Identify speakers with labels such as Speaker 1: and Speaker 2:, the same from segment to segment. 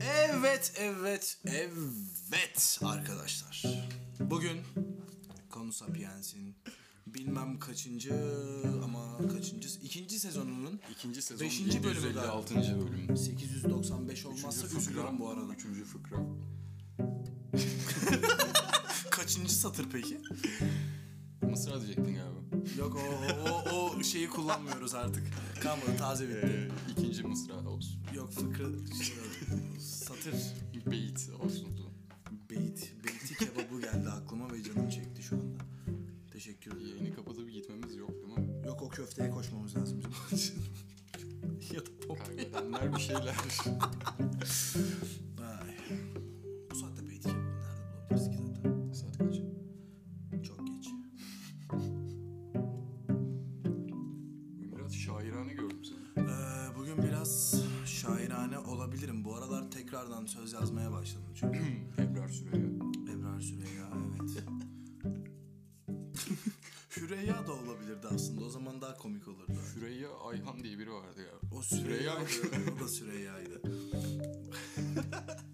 Speaker 1: Evet, evet, evet arkadaşlar. Bugün Konu Sapiens'in bilmem kaçıncı ama kaçıncı ikinci sezonunun
Speaker 2: İkinci sezon
Speaker 1: Beşinci bölümü
Speaker 2: 756. bölüm.
Speaker 1: 895 olmazsa üzülürüm bu arada.
Speaker 2: Üçüncü fıkra.
Speaker 1: Kaçıncı satır peki?
Speaker 2: Mısır diyecektin galiba.
Speaker 1: Yok o, o, o şeyi kullanmıyoruz artık. Kalmadı taze bitti.
Speaker 2: Ee, ikinci mısra olsun.
Speaker 1: Yok fıkra şey, satır.
Speaker 2: Beyit olsun.
Speaker 1: Beyt, beyti kebabı geldi aklıma ve canım çekti şu anda. Teşekkür ederim.
Speaker 2: Yayını kapatıp gitmemiz yok değil mi?
Speaker 1: Yok o köfteye koşmamız lazım bizim. ya da pop.
Speaker 2: Kaybedenler bir şeyler.
Speaker 1: Ay. Bu saatte beyti kebabı nerede bulabiliriz ki zaten?
Speaker 2: Saat kaç?
Speaker 1: Çok geç.
Speaker 2: Biraz şairane gördüm seni.
Speaker 1: Ee, bugün biraz şairane olabilirim. Bu aralar tekrardan söz yazmaya başladım çünkü.
Speaker 2: Ebrar Süreyya.
Speaker 1: Ebrar Süreyya evet. Hüreyya da olabilirdi aslında. O zaman daha komik olurdu.
Speaker 2: Süreyya Ayhan diye biri vardı galiba.
Speaker 1: O
Speaker 2: Süreyya mı?
Speaker 1: Süreyya'ydı. o da Süreyya'ydı.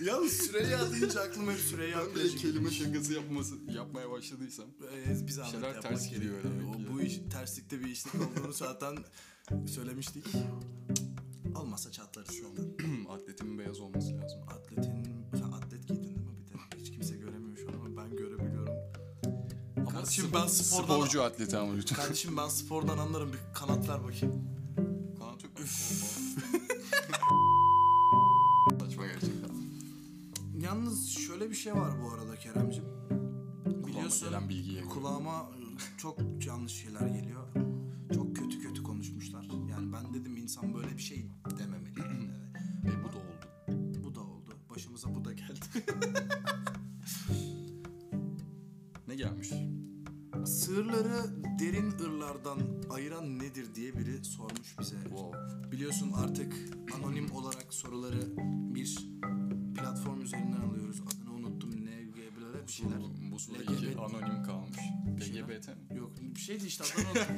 Speaker 1: Yalnız Süreyya deyince aklıma hep Süreyya
Speaker 2: Ben de kelime şakası yapması, yapmaya başladıysam.
Speaker 1: Ee, bir zahmet
Speaker 2: Şeyler
Speaker 1: yapmak
Speaker 2: ters
Speaker 1: gerekiyor.
Speaker 2: gidiyor demek
Speaker 1: O,
Speaker 2: ki.
Speaker 1: bu iş terslikte bir işlik olduğunu zaten söylemiştik. Olmasa çatlarız zaten.
Speaker 2: Atletin beyaz olması lazım.
Speaker 1: Atletin, sen atlet giydin değil mi bir de? Hiç kimse göremiyor şu an ama ben görebiliyorum.
Speaker 2: Ama
Speaker 1: Kardeşim
Speaker 2: spor-
Speaker 1: ben spordan-
Speaker 2: Sporcu atleti ama lütfen.
Speaker 1: Kardeşim ben spordan anlarım bir kanat ver bakayım.
Speaker 2: Kanat yok. Saçma gerçekten.
Speaker 1: Yalnız şöyle bir şey var bu arada Keremcim. Biliyorsun
Speaker 2: gelen bilgiye göre.
Speaker 1: kulağıma e, çok yanlış şeyler geliyor. Çok kötü kötü konuşmuşlar. Yani ben dedim insan böyle bir şey dememeli. Evet.
Speaker 2: Ve bu da oldu.
Speaker 1: Bu da oldu. Başımıza bu da geldi.
Speaker 2: Ne gelmiş?
Speaker 1: Sığırları derin ırlardan ayıran nedir diye biri sormuş bize.
Speaker 2: Wow.
Speaker 1: Biliyorsun artık anonim olarak soruları bir platform üzerinden alıyoruz. Adını unuttum. LGBT bir şeyler.
Speaker 2: Bu, bu soru
Speaker 1: LGBT
Speaker 2: iki anonim kalmış.
Speaker 1: şeyler.
Speaker 2: LGBT mi?
Speaker 1: Yok bir şeydi işte adını unuttum.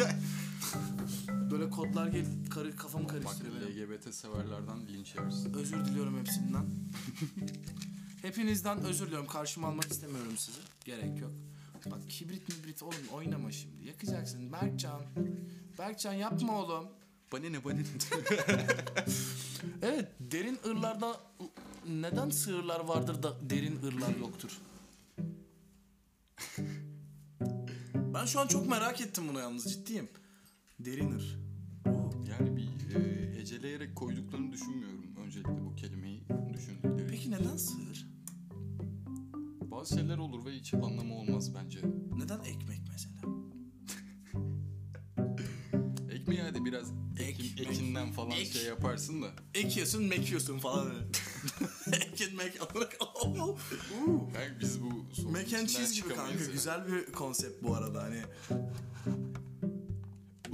Speaker 1: Böyle kodlar gel karı, kafamı
Speaker 2: Bak
Speaker 1: karıştırıyor. benim.
Speaker 2: LGBT severlerden linç yersin.
Speaker 1: Özür diliyorum hepsinden. Hepinizden özür diliyorum. Karşıma almak istemiyorum sizi. Gerek yok. Bak kibrit mibrit oğlum oynama şimdi. Yakacaksın Berkcan. Berkcan yapma oğlum.
Speaker 2: Bana ne bana ne?
Speaker 1: Evet derin ırlarda neden sığırlar vardır da derin ırlar yoktur? ben şu an çok merak ettim bunu yalnız ciddiyim. Derin ır.
Speaker 2: yani bir e, heceleyerek koyduklarını düşünmüyorum. Öncelikle bu kelimeyi düşündükleri.
Speaker 1: Peki neden sığır?
Speaker 2: Bazı şeyler olur ve hiç anlamı olmaz bence.
Speaker 1: Neden ekmek mesela?
Speaker 2: Ekmeği hadi biraz ekin,
Speaker 1: Ekmek.
Speaker 2: ekinden falan
Speaker 1: Ek.
Speaker 2: şey yaparsın da.
Speaker 1: Ekiyorsun mekiyorsun falan. Ekin mek Uuu.
Speaker 2: Yani biz bu sorunun
Speaker 1: Mac and
Speaker 2: içinden
Speaker 1: cheese gibi
Speaker 2: çıkamayız
Speaker 1: kanka.
Speaker 2: yani.
Speaker 1: Güzel bir konsept bu arada hani.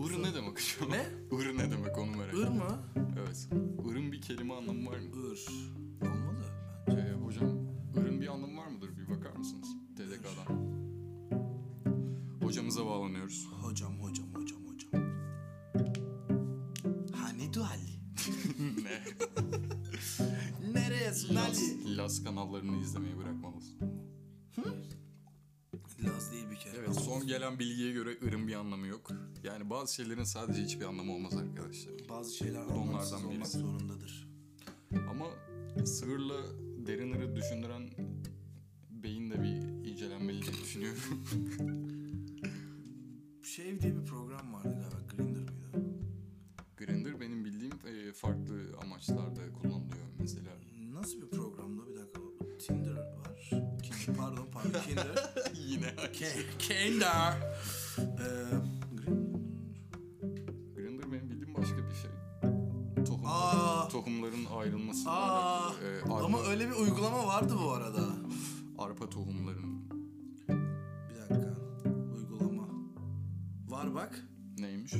Speaker 2: Irı ne demek acaba?
Speaker 1: Ne?
Speaker 2: Irı ne demek onu merak
Speaker 1: Ir
Speaker 2: ettim.
Speaker 1: mı?
Speaker 2: Evet. Irın bir kelime anlamı var mı?
Speaker 1: Ir. Olmalı.
Speaker 2: Şey, hocam, ırın bir anlamı var mıdır? Bir bakar mısınız? TDK'dan. Hocamıza bağlanıyoruz.
Speaker 1: Hocam hocam hocam hocam. Hani Ali?
Speaker 2: ne?
Speaker 1: Neresin
Speaker 2: Las, Las kanallarını izlemeyi bırakmalısın.
Speaker 1: Laz değil bir kere.
Speaker 2: Evet, son gelen bilgiye göre ırın bir anlamı yok. Yani bazı şeylerin sadece hiçbir anlamı olmaz arkadaşlar.
Speaker 1: Bazı şeyler
Speaker 2: da onlardan
Speaker 1: anlamsız olmak
Speaker 2: birisi.
Speaker 1: zorundadır.
Speaker 2: Ama sığırla derin ırı düşündüren beyin de bir incelenmeli diye düşünüyorum.
Speaker 1: Şey diye bir program vardı galiba. Grinder mıydı?
Speaker 2: Grinder benim bildiğim e, farklı amaçlarda kullanılıyor mesela.
Speaker 1: Nasıl bir programdı? Bir dakika. Tinder var. Kinder, pardon pardon. Kinder.
Speaker 2: Yine.
Speaker 1: Ki- Kinder. Ee, Grindr.
Speaker 2: Grinder benim bildiğim başka bir şey. Tohum.
Speaker 1: Aa.
Speaker 2: tohumların ayrılması Ee,
Speaker 1: Aa.
Speaker 2: arpa,
Speaker 1: Ama öyle bir uygulama vardı bu arada.
Speaker 2: arpa tohumların
Speaker 1: Bir dakika. Uygulama. Var bak. Ee,
Speaker 2: neymiş?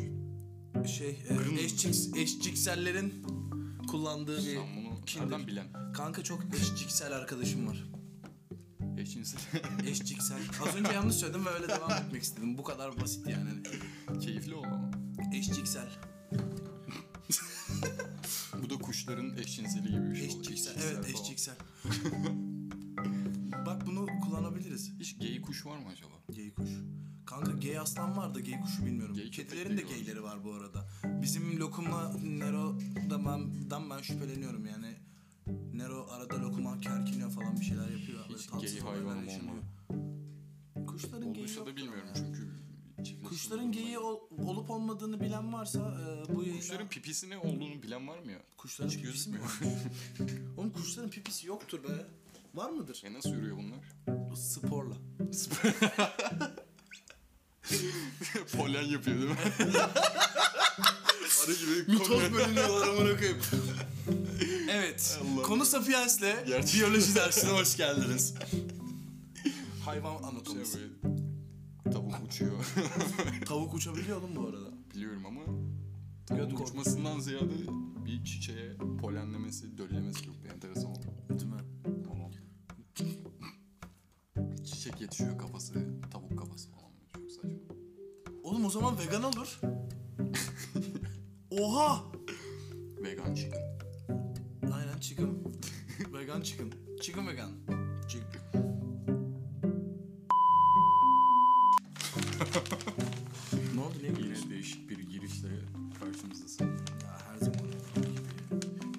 Speaker 1: Şey e,
Speaker 2: Grind-
Speaker 1: eşciks- eşciksellerin kullandığı bir
Speaker 2: Sen bunu
Speaker 1: Kinder.
Speaker 2: nereden bilen?
Speaker 1: Kanka çok eşciksel arkadaşım var.
Speaker 2: Eşcinsel
Speaker 1: Eşciksel. Az önce yanlış söyledim ve öyle devam etmek istedim. Bu kadar basit yani.
Speaker 2: keyifli ol ama.
Speaker 1: Eşciksel.
Speaker 2: kuşların eşcinseli gibi bir şey oldu.
Speaker 1: Eşciksel. Evet
Speaker 2: falan.
Speaker 1: eşciksel. Bak bunu kullanabiliriz.
Speaker 2: Hiç gay kuş var mı acaba?
Speaker 1: Gay kuş. Kanka gay aslan var da gay kuşu bilmiyorum.
Speaker 2: Gay köpek
Speaker 1: Kedilerin de
Speaker 2: diyorlar.
Speaker 1: gayleri var bu arada. Bizim Lokum'la Nero'dan ben, dan ben şüpheleniyorum yani. Nero arada Lokum'a kerkiniyor falan bir şeyler yapıyor. Böyle
Speaker 2: Hiç
Speaker 1: tatsız
Speaker 2: gay
Speaker 1: olaylar
Speaker 2: hayvanım
Speaker 1: yaşanıyor.
Speaker 2: olmadı.
Speaker 1: Kuşların geyi
Speaker 2: Olduysa da
Speaker 1: yoktur
Speaker 2: bilmiyorum
Speaker 1: ya.
Speaker 2: çünkü çiftleşim
Speaker 1: Kuşların
Speaker 2: durumunda-
Speaker 1: geyi ol- olup olmadığını bilen varsa e, bu yayına...
Speaker 2: Kuşların pipisi ne olduğunu bilen var mı ya?
Speaker 1: Kuşların
Speaker 2: Hiç
Speaker 1: pipisi mi
Speaker 2: gözükmüyor.
Speaker 1: var? Oğlum kuşların pipisi yoktur be. Var mıdır?
Speaker 2: E nasıl yürüyor bunlar?
Speaker 1: Sporla.
Speaker 2: Polen yapıyor değil mi? Arı gibi
Speaker 1: Mitoz bölünüyorlar amına koyayım. evet.
Speaker 2: Allah'ım.
Speaker 1: Konu Sapiens'le
Speaker 2: Gerçekten.
Speaker 1: biyoloji dersine hoş geldiniz. Hayvan anatomisi.
Speaker 2: Şey böyle, tavuk uçuyor.
Speaker 1: Tavuk uçabiliyor oğlum bu arada.
Speaker 2: Biliyorum ama
Speaker 1: Göt
Speaker 2: tavuk
Speaker 1: korku.
Speaker 2: uçmasından ziyade bir çiçeğe polenlemesi, döllemesi çok enteresan oldu.
Speaker 1: Değil mi?
Speaker 2: Tamam. Çiçek yetişiyor kafası, tavuk kafası falan. Çok saçma.
Speaker 1: Oğlum o zaman vegan olur. Oha!
Speaker 2: Vegan chicken.
Speaker 1: Aynen çıkın. vegan çıkın. Çıkın vegan. Çık. ne oldu ne gülüyorsun?
Speaker 2: Yine değişik bir girişle karşımızdasın.
Speaker 1: Ya her zaman olduğu gibi.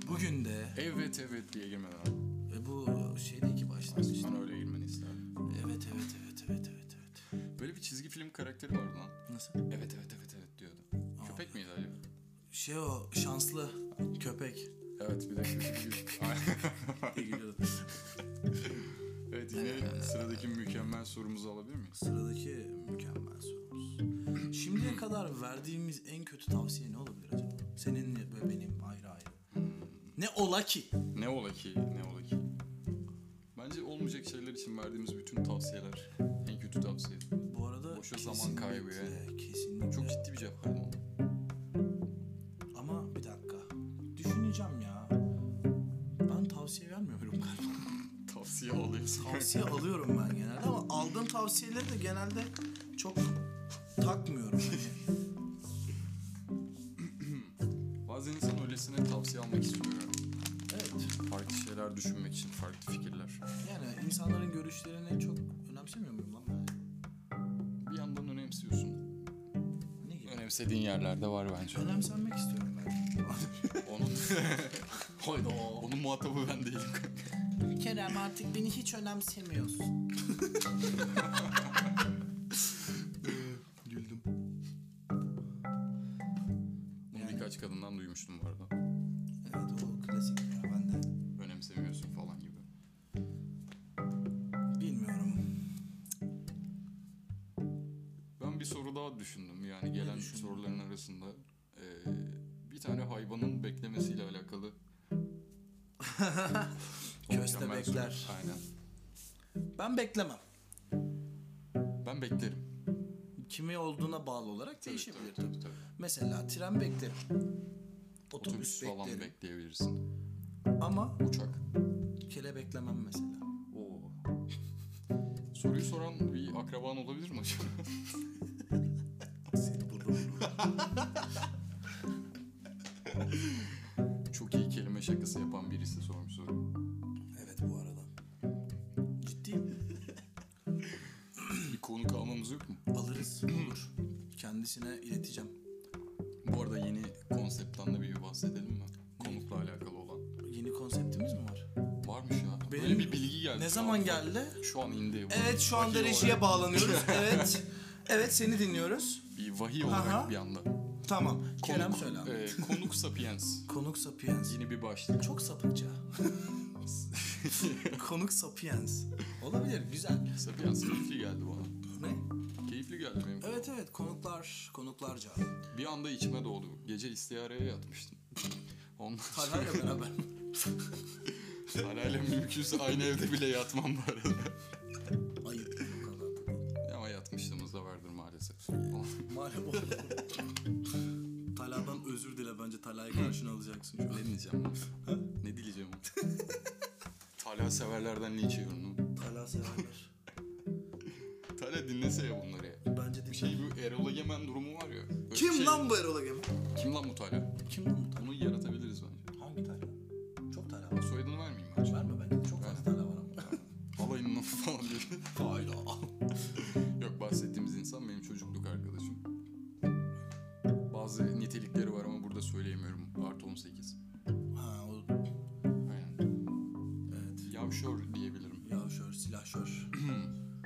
Speaker 1: Bugün de
Speaker 2: Evet evet diye girmeden abi.
Speaker 1: e, bu şeyde ki başlamıştı.
Speaker 2: Ben öyle girmeni isterdim.
Speaker 1: Evet evet evet evet evet evet.
Speaker 2: Böyle bir çizgi film karakteri vardı lan.
Speaker 1: Nasıl?
Speaker 2: Evet evet evet evet diyordu. Köpek miydi acaba?
Speaker 1: Şey o şanslı köpek.
Speaker 2: Evet bir de köpek. Aynen.
Speaker 1: diye geliyordu.
Speaker 2: evet yine sıradaki mükemmel sorumuzu alabilir miyiz?
Speaker 1: Sıradaki mükemmel sorumuz. Şimdiye kadar verdiğimiz en kötü tavsiye ne olabilir acaba? Seninle ve benim ayrı ayrı. Ne ola ki?
Speaker 2: Ne ola ki ne ola ki? Bence olmayacak şeyler için verdiğimiz bütün tavsiyeler en kötü tavsiye.
Speaker 1: Bu arada
Speaker 2: Boşa zaman kaybı ya.
Speaker 1: kesinlikle, Kesinlikle.
Speaker 2: Çok ciddi bir cevap verdim ona.
Speaker 1: Ama bir dakika. Düşüneceğim ya. Ben tavsiye vermiyorum galiba.
Speaker 2: Tavsiye alıyorsun.
Speaker 1: Tavsiye alıyorum ben genelde ama aldığım tavsiyeleri de genelde çok takmıyorum. Yani.
Speaker 2: Bazen insan öylesine tavsiye almak istiyor.
Speaker 1: evet.
Speaker 2: Farklı şeyler düşünmek için farklı fikirler.
Speaker 1: Yani insanların görüşlerini çok önemsemiyor muyum lan ben?
Speaker 2: Bir yandan önemsiyorsun.
Speaker 1: Ne gibi?
Speaker 2: Önemsediğin yerlerde var bence.
Speaker 1: Önemsenmek istiyorum ben.
Speaker 2: Onun... Hayda. Onun muhatabı ben değilim.
Speaker 1: Kerem artık beni hiç
Speaker 2: Ee,
Speaker 1: önemsemiyorsun. Güldüm.
Speaker 2: Bunu
Speaker 1: Yani.
Speaker 2: birkaç kadından duymuştum bu arada.
Speaker 1: Evet o klasik ya benden.
Speaker 2: Önemsemiyorsun falan gibi.
Speaker 1: Bilmiyorum.
Speaker 2: Ben bir soru daha düşündüm. Yani gelen
Speaker 1: düşündün?
Speaker 2: soruların arasında eee, bir tane hayvanın beklemesiyle alakalı.
Speaker 1: Köstebekler.
Speaker 2: Soru. Aynen.
Speaker 1: Ben beklemem.
Speaker 2: Ben beklerim.
Speaker 1: Kimi olduğuna bağlı olarak
Speaker 2: Tabii,
Speaker 1: değişebilir.
Speaker 2: tabii, tabii, tabii.
Speaker 1: Mesela tren beklerim. Otobüs,
Speaker 2: Otobüs falan
Speaker 1: beklerim.
Speaker 2: bekleyebilirsin.
Speaker 1: Ama
Speaker 2: Uçak.
Speaker 1: kele beklemem mesela.
Speaker 2: Oo. Soruyu soran bir akraban olabilir mi acaba?
Speaker 1: Seni bulurum.
Speaker 2: Çok iyi kelime şakası yapan birisi sormuş soruyu.
Speaker 1: evet bu arada. Ciddiyim.
Speaker 2: Bir konuk almamız yok mu?
Speaker 1: Alırız. Olur. Kendisine ileteceğim.
Speaker 2: Bu arada yeni konseptten de bir bahsedelim mi? Konukla alakalı olan.
Speaker 1: Yeni konseptimiz mi var?
Speaker 2: Varmış ya.
Speaker 1: Benim-
Speaker 2: Böyle bir bilgi geldi.
Speaker 1: Ne
Speaker 2: şu
Speaker 1: zaman
Speaker 2: an.
Speaker 1: geldi?
Speaker 2: Şu an indi. bu.
Speaker 1: Evet şu anda
Speaker 2: Vahiy
Speaker 1: rejiye
Speaker 2: olarak-
Speaker 1: bağlanıyoruz. Evet. Evet seni dinliyoruz.
Speaker 2: Bir vahiy olarak
Speaker 1: Aha.
Speaker 2: bir anda.
Speaker 1: Tamam. Kerem
Speaker 2: Konuk-
Speaker 1: söyle abi.
Speaker 2: e, konuk sapiens.
Speaker 1: Konuk Sapiens.
Speaker 2: Yeni bir başlık.
Speaker 1: Çok sapıkça. Konuk Sapiens. Olabilir güzel.
Speaker 2: sapiens keyifli geldi bana.
Speaker 1: Ne?
Speaker 2: Keyifli geldi benim.
Speaker 1: Evet evet konuklar konuklarca.
Speaker 2: Bir anda içime doğdu. Gece istihareye yatmıştım. Ondan sonra
Speaker 1: Talha'yla beraber.
Speaker 2: Parayla mümkünse aynı evde bile yatmam bu arada.
Speaker 1: Ayıp.
Speaker 2: Ama yatmışlığımız da vardır maalesef.
Speaker 1: Maalesef. Talha'dan özür dile bence Talha'yı karşına alacaksın. Şöyle.
Speaker 2: ne diyeceğim lan? Ne dileyeceğim? Talha severlerden linç yiyorum lan.
Speaker 1: Talha severler.
Speaker 2: Talha dinlese ya bunları ya.
Speaker 1: Bence de.
Speaker 2: Bir şey bu Erol Egemen durumu var ya. Böyle bir
Speaker 1: Kim
Speaker 2: şey-
Speaker 1: lan bu Erol Agem?
Speaker 2: Kim lan bu Talha?
Speaker 1: Kim lan bu Talha?
Speaker 2: Onu yaratabiliriz bence.
Speaker 1: Hangi Talha?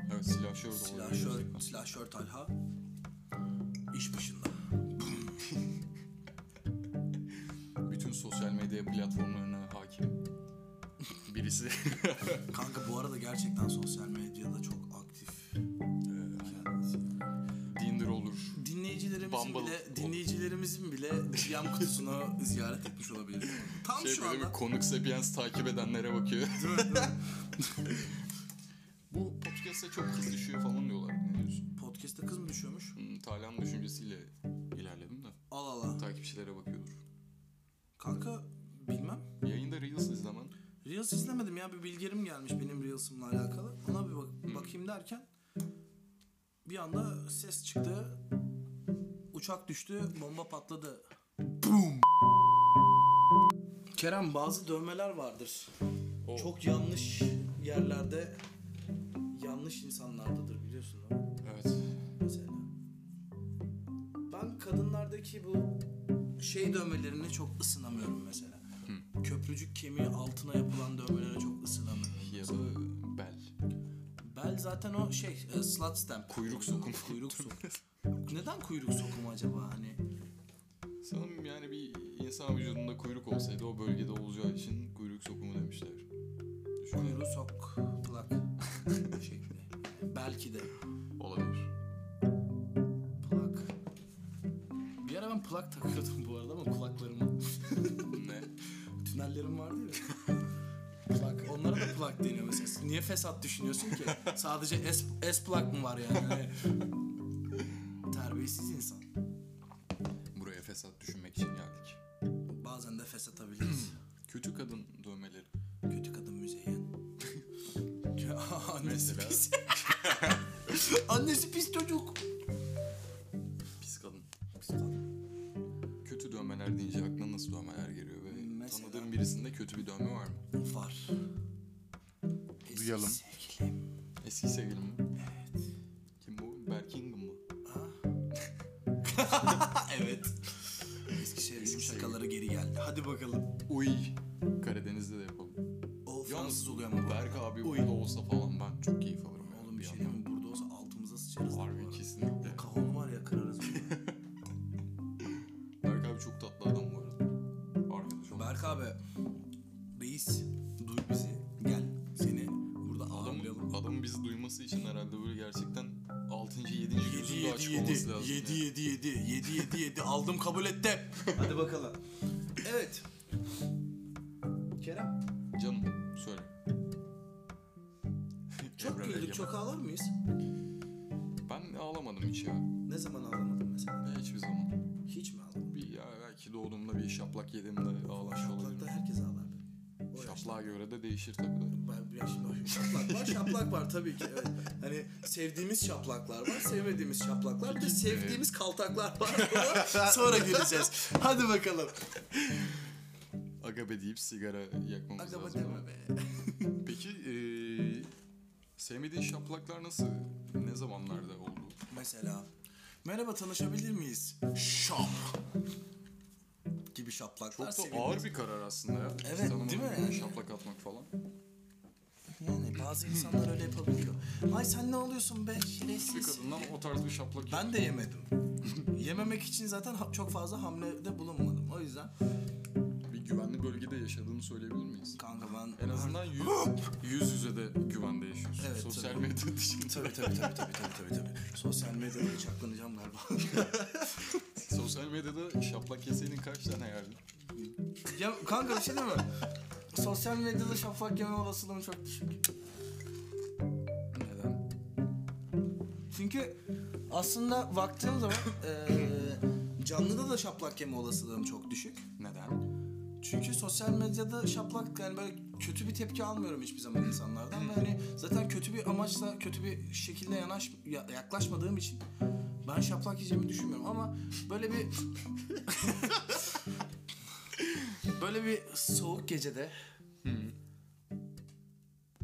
Speaker 1: Silahşör, silahşör Talha. İş başında.
Speaker 2: Bütün sosyal medya platformlarına hakim. Birisi.
Speaker 1: Kanka bu arada gerçekten sosyal medyada çok aktif. kendisi.
Speaker 2: Tinder olur.
Speaker 3: Dinleyicilerimizin
Speaker 2: Bumble.
Speaker 3: bile dinleyicilerimizin bile DM kutusunu ziyaret etmiş olabilir.
Speaker 1: Tam
Speaker 2: Şey
Speaker 1: şu
Speaker 2: böyle
Speaker 1: anda.
Speaker 2: bir konuk sapiens takip edenlere bakıyor. Bu podcast'e çok hız düşüyor falan diyorlar. Ne diyorsun?
Speaker 1: Podcast'te kız mı düşüyormuş?
Speaker 2: Hmm, Taylan düşüncesiyle ilerledim de.
Speaker 1: Al al al.
Speaker 2: Takipçilere bakıyordur.
Speaker 1: Kanka bilmem.
Speaker 2: Yayında Reels izlemen.
Speaker 1: Reels izlemedim ya bir bilgirim gelmiş benim Reels'ımla alakalı. Ona bir bak- bakayım derken bir anda ses çıktı. Uçak düştü, bomba patladı. Boom. Kerem bazı dövmeler vardır. Çok yanlış yerlerde yanlış insanlardadır biliyorsun değil mi?
Speaker 2: Evet.
Speaker 1: mesela. Ben kadınlardaki bu şey dövmelerine çok ısınamıyorum mesela. Köprücük kemiği altına yapılan dövmelere çok ısınamıyorum.
Speaker 2: Ya da bel.
Speaker 1: Bel zaten o şey e, slut stamp.
Speaker 2: Kuyruk sokumu.
Speaker 1: Kuyruk sokumu. Neden kuyruk sokumu acaba hani?
Speaker 2: Sanırım yani bir insan vücudunda kuyruk olsaydı o bölgede olacağı için kuyruk sokumu demişler. Düşünüyorum.
Speaker 1: Kuyruğu sok plak şekli. Belki de
Speaker 2: Olabilir.
Speaker 1: plak.
Speaker 3: Bir ara ben plak takıyordum bu arada ama kulaklarıma.
Speaker 2: ne?
Speaker 1: Tünellerim vardı ya.
Speaker 3: Plak. Onlara da plak deniyor mesela. Niye fesat düşünüyorsun ki? Sadece S, S plak mı var yani? Hani Terbiyesiz insan.
Speaker 2: Buraya fesat düşünmek için geldik.
Speaker 1: Bazen de fesatabiliriz.
Speaker 2: Kötü kadın dövmeleri.
Speaker 1: Kötü kadın müzeyyen. Ya, Annesi
Speaker 2: Mesela
Speaker 1: pis. Annesi pis çocuk.
Speaker 2: pis kadın. Kötü dövmeler deyince aklına nasıl dövmeler geliyor ve
Speaker 1: Mesela-
Speaker 2: tanıdığın birisinde kötü bir dövme var mı?
Speaker 1: Var.
Speaker 2: Duyalım.
Speaker 1: Sevgilim.
Speaker 2: Eski sevgilim mi? Evet. Kim bu? Berkingham mı?
Speaker 1: Ha, evet. Eskişehir'in şakaları geri geldi. Hadi bakalım.
Speaker 2: Uy. Karadeniz'de de yapalım.
Speaker 1: O
Speaker 2: Yalnız
Speaker 1: Fransız oluyor ama bu.
Speaker 2: Berk abi burada olsa falan ben çok keyif alırım. yani
Speaker 1: Oğlum bir şey
Speaker 2: yandan.
Speaker 1: diyeyim mi? Burada olsa altımıza sıçarız.
Speaker 2: Harbi kesinlikle.
Speaker 1: Kafamı var ya kırarız.
Speaker 2: Berk abi çok tatlı adam bu arada. Arkadaş olarak.
Speaker 1: Berk abi. Reis. Duy bizi. Gel. Seni burada ağırlayalım.
Speaker 2: Adamın, adamın bizi duyması için herhalde böyle gerçekten 6. 7.
Speaker 1: 7
Speaker 2: gözünün de
Speaker 1: 7
Speaker 2: açık
Speaker 1: 7
Speaker 2: olması lazım.
Speaker 1: 7
Speaker 2: yani.
Speaker 1: 7 7 7 7 7 aldım kabul etti. Hadi bakalım. Evet. Kerem
Speaker 2: Canım söyle.
Speaker 1: çok
Speaker 2: Evren
Speaker 1: güldük
Speaker 2: Egemen.
Speaker 1: çok ağlar mıyız?
Speaker 2: Ben ağlamadım hiç ya.
Speaker 1: Ne zaman ağlamadın mesela?
Speaker 2: Ya Hiçbir zaman.
Speaker 1: Hiç mi ağlamadın?
Speaker 2: Bir ya belki doğduğumda bir şaplak yediğimde ağlamış olabilirim.
Speaker 1: Şaplakta herkes ağlar. O yaşta.
Speaker 2: Şaplığa göre de değişir tabii de.
Speaker 1: Ben- ya şimdi şaplak var, şaplak var tabii ki. Evet. Hani sevdiğimiz şaplaklar var, sevmediğimiz şaplaklar, bir de sevdiğimiz kaltaklar var. Sonra gireceğiz. Hadi bakalım.
Speaker 2: Agabe deyip sigara yakmamız
Speaker 1: Acaba
Speaker 2: lazım. ama.
Speaker 1: deme be.
Speaker 2: Peki eee sevmediğin şaplaklar nasıl? Ne zamanlarda oldu?
Speaker 1: Mesela
Speaker 3: Merhaba tanışabilir miyiz?
Speaker 1: şap gibi şaplaklar
Speaker 2: Çok da
Speaker 1: sevilmez.
Speaker 2: ağır bir karar aslında ya.
Speaker 1: Evet,
Speaker 2: Tanımadığın
Speaker 1: değil mi?
Speaker 2: birine Şaplak atmak falan.
Speaker 1: Yani bazı insanlar öyle yapabiliyor. Ay sen ne oluyorsun be
Speaker 2: Bir
Speaker 1: şerefsiz.
Speaker 2: kadından o tarz bir şaplak
Speaker 1: Ben de yemedim. Yememek için zaten ha- çok fazla hamlede bulunmadım. O yüzden
Speaker 2: Bir güvenli bölgede yaşadığını söyleyebilir miyiz?
Speaker 1: kanka ben...
Speaker 2: En azından yüz, yüz yüze de güvende yaşıyorsun.
Speaker 1: Evet,
Speaker 2: Sosyal
Speaker 1: tabii.
Speaker 2: medya dışında.
Speaker 1: Tabii tabii tabii tabii tabii tabii. tabii. Sosyal medyada bıçaklanacağım galiba.
Speaker 2: Sosyal medyada şaplak yeseydin kaç tane yerdin?
Speaker 1: Ya kanka bir şey değil mi? Sosyal medyada şafak yeme olasılığım çok düşük.
Speaker 2: Neden?
Speaker 1: Çünkü aslında baktığım zaman eee canlıda da şaplak yeme olasılığım çok düşük.
Speaker 2: Neden?
Speaker 1: Çünkü sosyal medyada şaplak yani böyle kötü bir tepki almıyorum hiçbir zaman insanlardan. Ve hani zaten kötü bir amaçla kötü bir şekilde yanaş, ya- yaklaşmadığım için ben şaplak yiyeceğimi düşünmüyorum ama böyle bir böyle bir soğuk gecede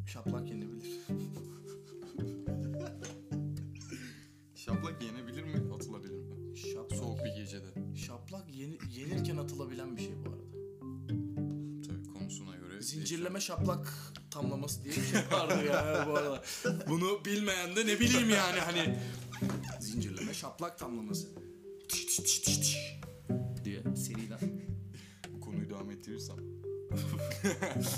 Speaker 1: şaplak yenebilir.
Speaker 2: Şaplak yenebilir mi, atılabilir mi?
Speaker 1: Şaplak,
Speaker 2: Soğuk bir gecede.
Speaker 1: şaplak yeni- yenirken atılabilen bir şey bu arada.
Speaker 2: Tabii konusuna göre.
Speaker 1: Zincirleme şaplak tamlaması diye bir şey vardı ya bu arada. Bunu bilmeyen de ne bileyim yani hani. Zincirleme şaplak tamlaması. Tış tış tış tış tış diye seriden.
Speaker 2: Bu konuyu devam ettirirsem.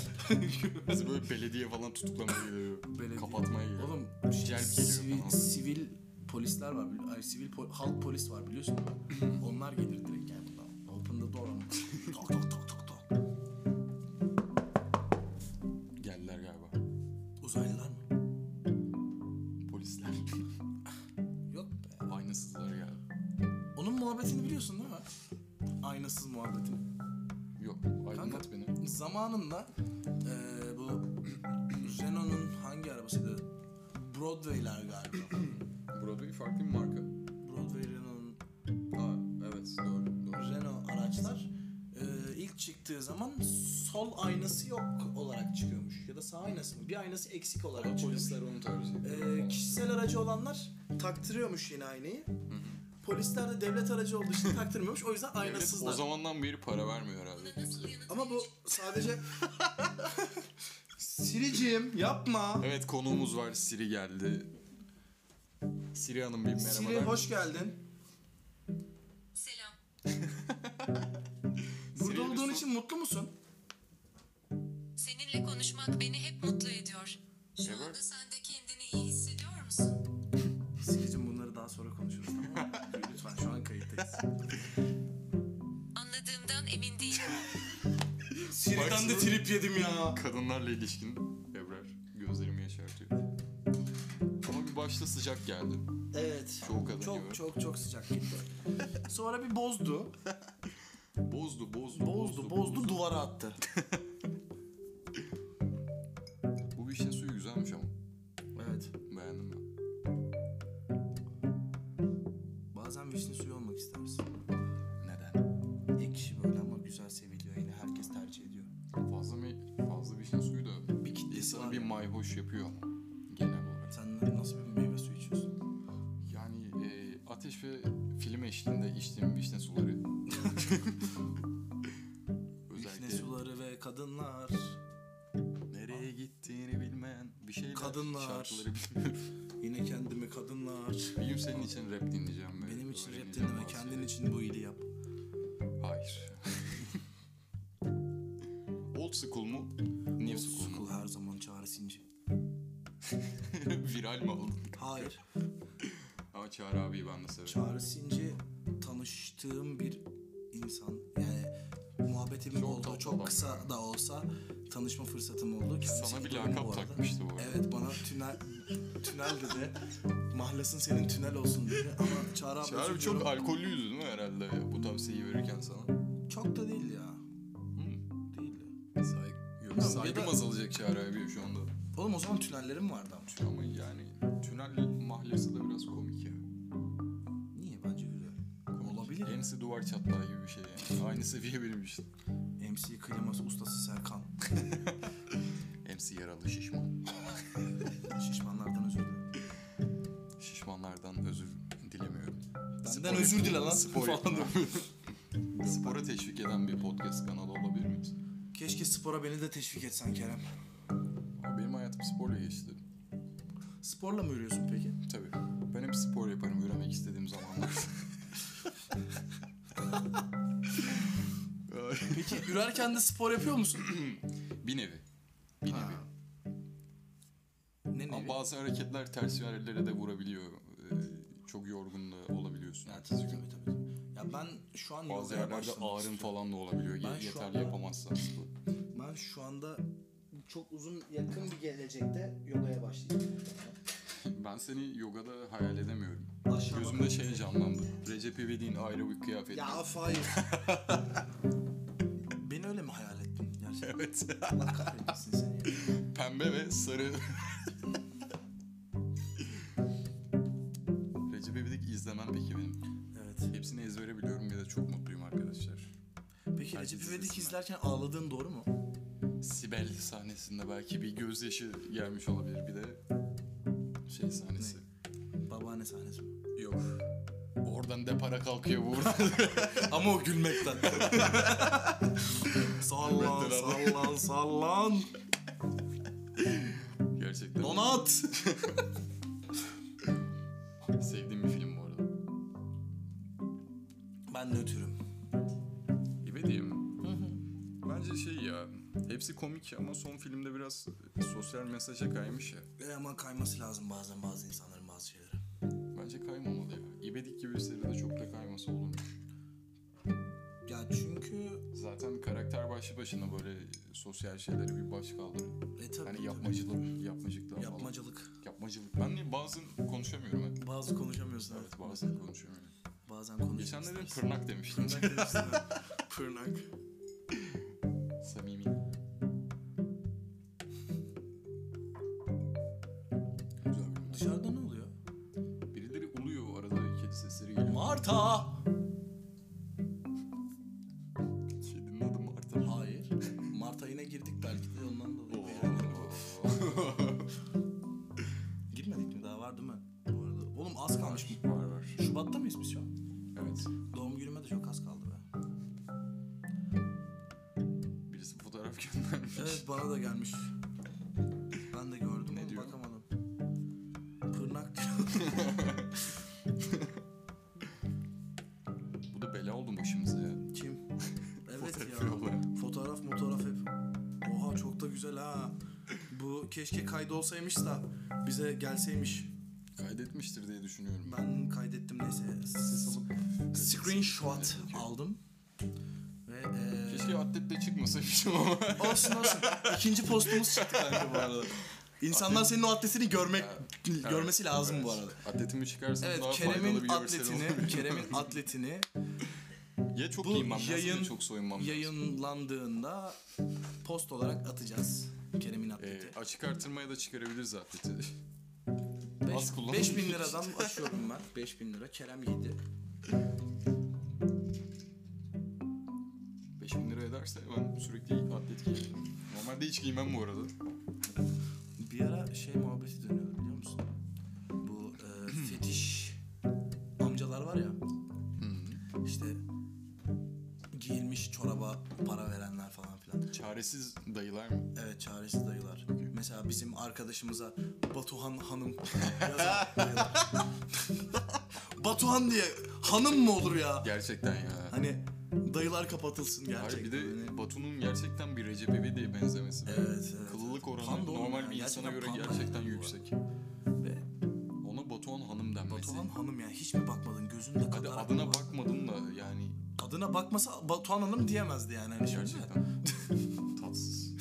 Speaker 2: Biz böyle belediye falan tutuklamaya geliyor.
Speaker 1: Belediye.
Speaker 2: Kapatmaya geliyor.
Speaker 1: Oğlum şey,
Speaker 2: Celp geliyor
Speaker 1: sivil,
Speaker 2: falan.
Speaker 1: sivil polisler var. bili- Ay, sivil po- halk polis var biliyorsun. mu? Onlar gelir direkt yani buradan. Open the door. tok tok tok tok tok.
Speaker 2: Geldiler galiba.
Speaker 1: Uzaylılar mı?
Speaker 2: Polisler.
Speaker 1: Yok be.
Speaker 2: Aynasızlar geldi.
Speaker 1: Onun muhabbetini biliyorsun değil mi? Aynasız muhabbetini.
Speaker 2: Yok aydınlat beni.
Speaker 1: Zamanında eee, bu Renault'un hangi arabasıydı? Broadway'ler galiba.
Speaker 2: Broadway farklı bir marka.
Speaker 1: Broadway Renault'un
Speaker 2: Ha evet doğru doğru.
Speaker 1: Renault araçlar eee, ilk çıktığı zaman sol aynası yok olarak çıkıyormuş. Ya da sağ aynası mı? Bir aynası eksik
Speaker 2: Ama
Speaker 1: olarak çıkıyormuş.
Speaker 2: polisler onu tercih ediyor.
Speaker 1: Eee, kişisel aracı olanlar taktırıyormuş yine aynayı. Polisler de devlet aracı olduğu için taktırmıyormuş. O yüzden
Speaker 2: Devlet
Speaker 1: aynasızlar.
Speaker 2: O zamandan beri para vermiyor herhalde kimse.
Speaker 1: Ama bu sadece... Siricim yapma.
Speaker 2: Evet konuğumuz var Siri geldi. Siri Hanım bir merhaba.
Speaker 1: Siri hoş geldin.
Speaker 4: Selam.
Speaker 1: Burada
Speaker 2: Senin
Speaker 1: olduğun
Speaker 2: bir
Speaker 1: için mutlu musun?
Speaker 4: Seninle konuşmak beni hep mutlu ediyor. Şu
Speaker 2: Evet.
Speaker 4: anda sen de kendini iyi hissediyor musun?
Speaker 1: Siricim bunları daha sonra konuşuruz tamam mı? Lütfen şu an kayıttayız.
Speaker 4: Anladığımdan emin değilim.
Speaker 1: Siri'den de trip yedim ya.
Speaker 2: Kadınlarla ilişkin Ebrar gözlerimi yaşartıyor. Ama bir başta sıcak geldi.
Speaker 1: Evet.
Speaker 2: Çoğu kadın gibi.
Speaker 1: Çok çok çok sıcak gitti. Sonra bir bozdu.
Speaker 2: Bozdu, bozdu,
Speaker 1: Bozdu bozdu duvara attı.
Speaker 2: Bu vişne suyu güzelmiş ama.
Speaker 1: Evet.
Speaker 2: Beğendim ben.
Speaker 1: Bazen vişne suyu olmak istersin.
Speaker 2: Neden?
Speaker 1: Ekşi böyle ama güzel seviliyor yine herkes tercih ediyor.
Speaker 2: Fazla mı? Fazla vişne suyu da
Speaker 1: Bir kitlesi
Speaker 2: insanı
Speaker 1: var.
Speaker 2: bir mayhoş yapıyor ama. Genel olarak.
Speaker 1: Sen nasıl bir meyve suyu içiyorsun?
Speaker 2: Yani e, ateş ve film eşliğinde içtiğim vişne suları.
Speaker 1: Vişne
Speaker 2: Özellikle
Speaker 1: suları ve kadınlar.
Speaker 2: nereye gittiğini bilmeyen bir şeyler.
Speaker 1: Kadınlar.
Speaker 2: Şarkıları bilmiyorum.
Speaker 1: Yine kendimi kadınlar.
Speaker 2: Bir gün senin için rap dinleyeceğim. ve
Speaker 1: Benim için rap
Speaker 2: öğreneceğim
Speaker 1: dinleme
Speaker 2: bazı
Speaker 1: kendin
Speaker 2: şeyleri.
Speaker 1: için bu iyiliği yap.
Speaker 2: Hayır. Old school mu? New
Speaker 1: Old
Speaker 2: school, mu?
Speaker 1: School her zaman çaresinci.
Speaker 2: Viral mi oldun?
Speaker 1: Hayır.
Speaker 2: Ama Çağrı abiyi ben de severim.
Speaker 1: Çağrı Sinci tanıştığım bir insan. Yani muhabbetimin
Speaker 2: Çok
Speaker 1: oldu.
Speaker 2: tatlı
Speaker 1: Çok
Speaker 2: adam.
Speaker 1: kısa da olsa tanışma fırsatım oldu. Kendisi
Speaker 2: Sana bir
Speaker 1: gitarist bu
Speaker 2: lakap
Speaker 1: arada.
Speaker 2: takmıştı bu arada.
Speaker 1: Evet bana tünel tünel dedi. Mahlasın senin tünel olsun dedi. Ama Çağrı abi
Speaker 2: Çağrı abi
Speaker 1: özür
Speaker 2: çok
Speaker 1: diliyorum.
Speaker 2: alkollüydü değil mi herhalde bu tavsiyeyi verirken sana?
Speaker 1: çok da değil ya.
Speaker 2: Hmm.
Speaker 1: Değil.
Speaker 2: Saygı, yok,
Speaker 1: da-
Speaker 2: saygım azalacak Çağrı abi şu anda.
Speaker 1: Oğlum o zaman tünellerim vardı ama.
Speaker 2: Şu- Ama yani tünel mahallesi de biraz komik ya.
Speaker 1: Niye bence güzel. Olabilir.
Speaker 2: Ensi duvar çatlağı gibi bir şey yani. Aynı seviye benim için.
Speaker 1: MC kliması ustası Serkan.
Speaker 2: MC yaralı şişman.
Speaker 1: Şişmanlardan özür dilerim.
Speaker 2: Şişmanlardan özür dilemiyorum.
Speaker 1: Benden özür dile lan.
Speaker 2: Spor
Speaker 1: falan diyor.
Speaker 2: Spora teşvik eden bir podcast kanalı olabilir miyiz?
Speaker 1: Keşke spora beni de teşvik etsen Kerem.
Speaker 2: Abi Benim hayatım sporla geçti.
Speaker 1: Sporla mı yürüyorsun peki?
Speaker 2: Tabii. Ben hep spor yaparım üremek istediğim zamanlarda.
Speaker 1: Peki ürerken de spor yapıyor musun?
Speaker 2: bir nevi. Bir nevi.
Speaker 1: Ha. Ne
Speaker 2: Ama
Speaker 1: ne?
Speaker 2: bazı hareketler ters yönlere de vurabiliyor. Ee, çok yorgun da olabiliyorsun
Speaker 1: Ya,
Speaker 2: ertesi
Speaker 1: tabii,
Speaker 2: gün.
Speaker 1: tabii, tabii. Ya ben şu an
Speaker 2: Bazı
Speaker 1: yogaya
Speaker 2: yerlerde
Speaker 1: başladım.
Speaker 2: ağrın falan da olabiliyor.
Speaker 1: Ben
Speaker 2: Ye-
Speaker 1: şu
Speaker 2: Yeterli
Speaker 1: anda-
Speaker 2: yapamazsan. spor.
Speaker 1: Ben şu anda çok uzun yakın bir gelecekte yogaya başlayacağım.
Speaker 2: ben seni yogada hayal edemiyorum.
Speaker 1: Aşağı
Speaker 2: Gözümde şey canlandı. Recep İvedik'in ayrı bir kıyafeti.
Speaker 1: Ya of hayır. Beni öyle mi hayal ettin gerçekten?
Speaker 2: Evet.
Speaker 1: Allah kahretmesin seni. ya.
Speaker 2: Pembe ve sarı. Recep İvedik izlemem peki benim.
Speaker 1: Evet.
Speaker 2: Hepsini ezbere biliyorum ve de çok mutluyum arkadaşlar.
Speaker 1: Peki
Speaker 2: Herkes
Speaker 1: Recep İvedik
Speaker 2: izlesin.
Speaker 1: izlerken ağladığın doğru mu?
Speaker 2: Sibel sahnesinde belki bir gözyaşı gelmiş olabilir bir de şey sahnesi.
Speaker 1: Babaanne sahnesi mi?
Speaker 2: Yok. Oradan de para kalkıyor bu oradan.
Speaker 1: Ama o gülmekten. sallan,
Speaker 2: Evet,
Speaker 1: sallan, sallan.
Speaker 3: Donat.
Speaker 2: Sevdiğim bir film bu arada.
Speaker 1: Ben nötrüm.
Speaker 2: İbediye mi? Bence şey ya, hepsi komik ama son filmde biraz e, sosyal mesaja kaymış ya.
Speaker 1: E ama kayması lazım bazen bazı insanların bazı şeylere.
Speaker 2: Bence kaymamalı ya. İbedik gibi bir seride çok da kayması olur.
Speaker 1: Ya çünkü...
Speaker 2: Zaten karakter başlı başına böyle sosyal şeylere bir baş kaldırıyor.
Speaker 1: E tabii.
Speaker 2: Hani
Speaker 1: tabii.
Speaker 2: yapmacılık, yapmacıklar falan.
Speaker 1: Yapmacılık.
Speaker 2: Yapmacılık. Ben niye bazen konuşamıyorum ben.
Speaker 1: Bazı konuşamıyorsun
Speaker 2: Evet bazen konuşamıyorum.
Speaker 1: Bazen konuşuyorsun.
Speaker 2: Geçen de dedim tırnak demiştim.
Speaker 1: Pırnak.
Speaker 2: Samimi. Güzel bir film.
Speaker 1: Dışarıda ne oluyor?
Speaker 2: Birileri uluyor arada kedi sesleri geliyor.
Speaker 1: Marta!
Speaker 2: Kedinin adı Marta.
Speaker 1: Hayır. Mart ayına girdik belki de ondan dolayı. Girmedik mi? Daha var değil mi? Bu arada. Oğlum az kalmış.
Speaker 2: Var var.
Speaker 1: Şubat'ta mıyız biz şu an?
Speaker 2: Evet.
Speaker 1: Doğum günüme de çok az kaldı be.
Speaker 2: Birisi fotoğraf göndermiş.
Speaker 1: Evet bana da gelmiş. Ben de gördüm
Speaker 2: Ne
Speaker 1: ama
Speaker 2: diyor?
Speaker 1: bakamadım. Pırnak diyor.
Speaker 2: Bu da bela oldu başımıza ya.
Speaker 1: Kim? Evet
Speaker 2: Fotoğraf
Speaker 1: ya.
Speaker 2: yolları.
Speaker 1: Fotoğraf fotoğraf hep. Oha çok da güzel ha. Bu keşke kaydı olsaymış da bize gelseymiş.
Speaker 2: Kaydetmiştir diye düşünüyorum.
Speaker 1: Ben kaydettim neyse. s- Screenshot aldım. Ve eee,
Speaker 2: Keşke atletle çıkmasaymışım ama.
Speaker 1: olsun olsun. İkinci postumuz çıktı kanka bu arada. İnsanlar senin o atletini görmek görmesi lazım bu arada.
Speaker 2: Atletimi çıkarsam
Speaker 1: Evet
Speaker 2: daha faydalı
Speaker 1: Kerem'in
Speaker 2: bir görsel
Speaker 1: atletini
Speaker 2: olur.
Speaker 1: Kerem'in atletini
Speaker 2: Ya çok
Speaker 1: Bu
Speaker 2: giyinmem lazım
Speaker 1: yayın-
Speaker 2: ya çok soyunmam lazım.
Speaker 1: yayınlandığında post olarak atacağız. Kerem'in
Speaker 2: Ee,
Speaker 1: atleti.
Speaker 2: açık artırmaya da çıkarabiliriz atleti. az kullanılmış.
Speaker 1: 5000 liradan açıyorum ben. 5000 lira. Kerem yedi.
Speaker 2: 5000 lira ederse ben sürekli atlet giyerim. Normalde hiç giymem bu arada.
Speaker 1: Bir ara şey muhabbeti dönüyordu biliyor musun? Bu e, fetiş amcalar var ya. işte giyilmiş çoraba para verenler falan filan.
Speaker 2: Çaresiz dayılar mı?
Speaker 1: Evet çaresiz dayılar. Mesela bizim arkadaşımıza Batuhan Hanım yazan dayılar. Batuhan diye hanım mı olur ya?
Speaker 2: Gerçekten ya.
Speaker 1: Hani dayılar kapatılsın
Speaker 2: Harbi
Speaker 1: gerçekten.
Speaker 2: bir de
Speaker 1: Hani-
Speaker 2: Batu'nun gerçekten bir Recep İvedik'e benzemesi.
Speaker 1: Evet, evet.
Speaker 2: Kılılık oranı
Speaker 1: Panda oğlum
Speaker 2: normal
Speaker 1: ya,
Speaker 2: bir insana
Speaker 1: gerçekten
Speaker 2: göre
Speaker 1: panda
Speaker 2: gerçekten
Speaker 1: yani bu
Speaker 2: yüksek.
Speaker 1: Ve
Speaker 2: Ona Batuhan Hanım denmesi.
Speaker 1: Batuhan Hanım ya hiç mi bakmadın gözünde kadar?
Speaker 2: Hadi adına bakmadın da yani
Speaker 1: Adına bakmasa Batuhan Hanım diyemezdi yani. Hani şimdi.
Speaker 2: gerçekten tatsız.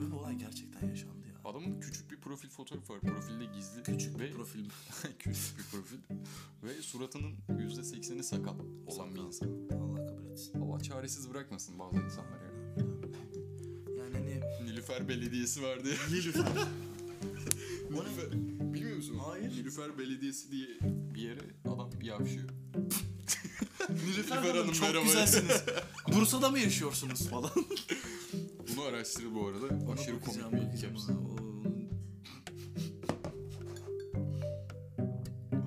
Speaker 1: Ve bu olay gerçekten yaşandı ya.
Speaker 2: Adamın küçük bir profil fotoğrafı var. Profilde gizli. Küçük ve
Speaker 1: Profil mi?
Speaker 2: küçük bir profil. Ve suratının %80'i sakal olan bir insan.
Speaker 1: Allah kabul etsin.
Speaker 2: Allah çaresiz bırakmasın bazı insanları. ya.
Speaker 1: Yani hani...
Speaker 2: Nilüfer Belediyesi vardı ya.
Speaker 1: Nilüfer.
Speaker 2: Nilüfer. Bilmiyor musun?
Speaker 1: Hayır.
Speaker 2: Nilüfer Belediyesi diye bir yere adam yavşıyor.
Speaker 1: Nilüfer
Speaker 2: Hanım,
Speaker 1: Hanım çok
Speaker 2: merhaba.
Speaker 1: güzelsiniz. Bursa'da mı yaşıyorsunuz falan?
Speaker 2: Bunu araştır bu arada. Aşırı komik
Speaker 1: Bakacağım,
Speaker 2: bir
Speaker 1: bakacağım
Speaker 2: hikayesi.
Speaker 1: ona. O-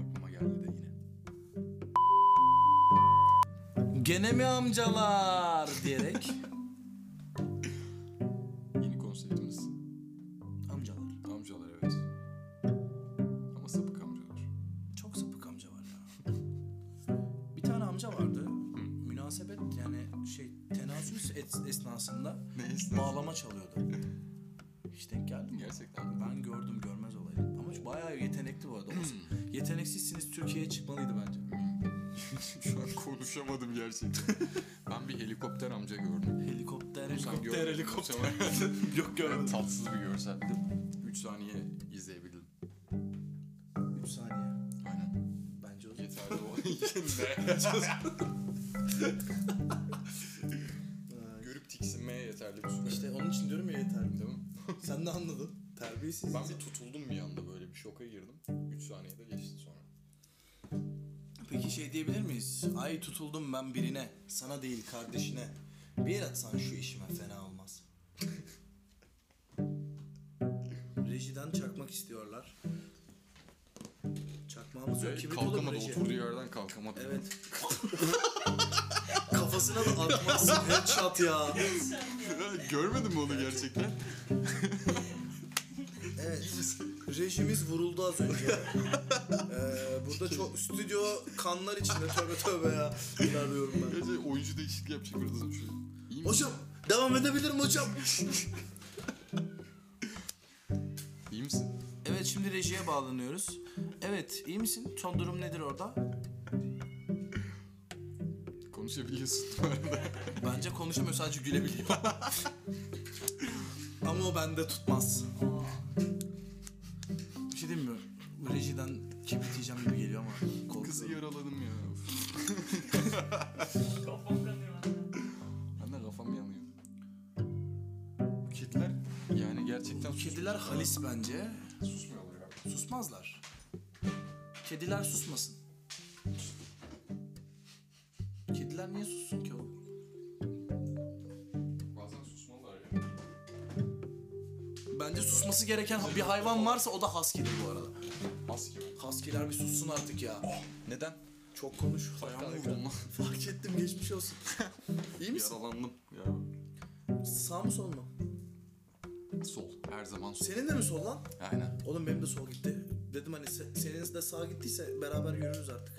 Speaker 2: Aklıma geldi de yine.
Speaker 1: Gene mi amcalar diyerek.
Speaker 2: Yeni konseptimiz.
Speaker 1: amcalar.
Speaker 2: Amcalar evet. Ama sapık amcalar.
Speaker 1: Çok sapık amca var ya. Bir tane amca vardı. Münasebet yani şey tenasül es- esnasında
Speaker 2: Ne esnasında?
Speaker 1: bağlama çalıyordu. Hiç denk geldi mi?
Speaker 2: Gerçekten mi?
Speaker 1: Ben gördüm görmez olayı. Ama şu bayağı yetenekli bu arada. O- Yeteneksizsiniz Türkiye'ye çıkmalıydı bence.
Speaker 2: Şu an konuşamadım gerçekten. ben bir helikopter amca gördüm.
Speaker 1: Helikopter,
Speaker 2: Sen
Speaker 1: helikopter,
Speaker 2: görmedin
Speaker 1: helikopter.
Speaker 2: muhtemelen.
Speaker 1: Yok görmedim.
Speaker 2: Tatsız bir görseldi. 3 saniye izleyebildim.
Speaker 1: 3 saniye.
Speaker 2: Aynen.
Speaker 1: Bence o
Speaker 2: Yeterli o. Ne? Görüp tiksinmeye yeterli bir süre.
Speaker 1: İşte Ee, onun için diyorum ya yeterli.
Speaker 2: Değil mi?
Speaker 1: Sen de anladın. Terbiyesiz.
Speaker 2: Ben bir tutuldum bir anda böyle bir şoka girdim. 3 saniyede geçti sonra.
Speaker 1: Peki şey diyebilir miyiz? Ay tutuldum ben birine. Sana değil kardeşine. Bir el atsan şu işime fena olmaz. Rejiden çakmak istiyorlar. Çakmağımız yok.
Speaker 2: Ve
Speaker 1: Kibrit olur mu
Speaker 2: kalkamadı.
Speaker 1: reji?
Speaker 2: Oturduğu yerden kalkamadı.
Speaker 1: Evet. Kafasına da atmazsın headshot ya.
Speaker 2: Görmedin mi onu gerçekten?
Speaker 1: Evet. Evet. Rejimiz vuruldu az önce. ee, burada çok stüdyo kanlar içinde tövbe tövbe ya. İlerliyorum ben.
Speaker 2: Gerçi oyuncu değişikliği yapacak biraz şöyle. İyi mi?
Speaker 1: Hocam devam edebilirim hocam.
Speaker 2: İyi misin?
Speaker 5: Evet şimdi rejiye bağlanıyoruz. Evet iyi misin? Son durum nedir orada?
Speaker 2: Konuşabiliyorsun bu arada.
Speaker 5: Bence konuşamıyor sadece gülebiliyor.
Speaker 1: Ama o bende tutmaz.
Speaker 5: Bir şey diyeyim mi? Bu Rejiden kibrit yiyeceğim gibi geliyor ama
Speaker 2: Kızı
Speaker 5: korkuyorum.
Speaker 2: yaraladım ya. Ben de kafam yanıyor. Bu kediler yani gerçekten
Speaker 5: Bu Kediler halis bence.
Speaker 2: susmuyorlar ya.
Speaker 5: Susmazlar. Kediler susmasın. Kediler niye sussun ki oğlum?
Speaker 2: Bazen susmalar ya.
Speaker 5: Bence susması gereken bir hayvan varsa o da husky'dir bu arada.
Speaker 2: As gibi.
Speaker 5: Husky'ler bir sussun artık ya.
Speaker 2: Neden?
Speaker 1: Çok konuş.
Speaker 2: Ayağımı vurdum lan.
Speaker 1: Fark ettim geçmiş olsun. İyi misin?
Speaker 2: Yaralandım. Ya.
Speaker 1: Sağ mı sol mu?
Speaker 2: Sol. Her zaman sol.
Speaker 1: Senin de mi sol lan?
Speaker 2: Aynen.
Speaker 1: Oğlum benim de sol gitti. Dedim hani se- senin de sağ gittiyse beraber yürürüz artık.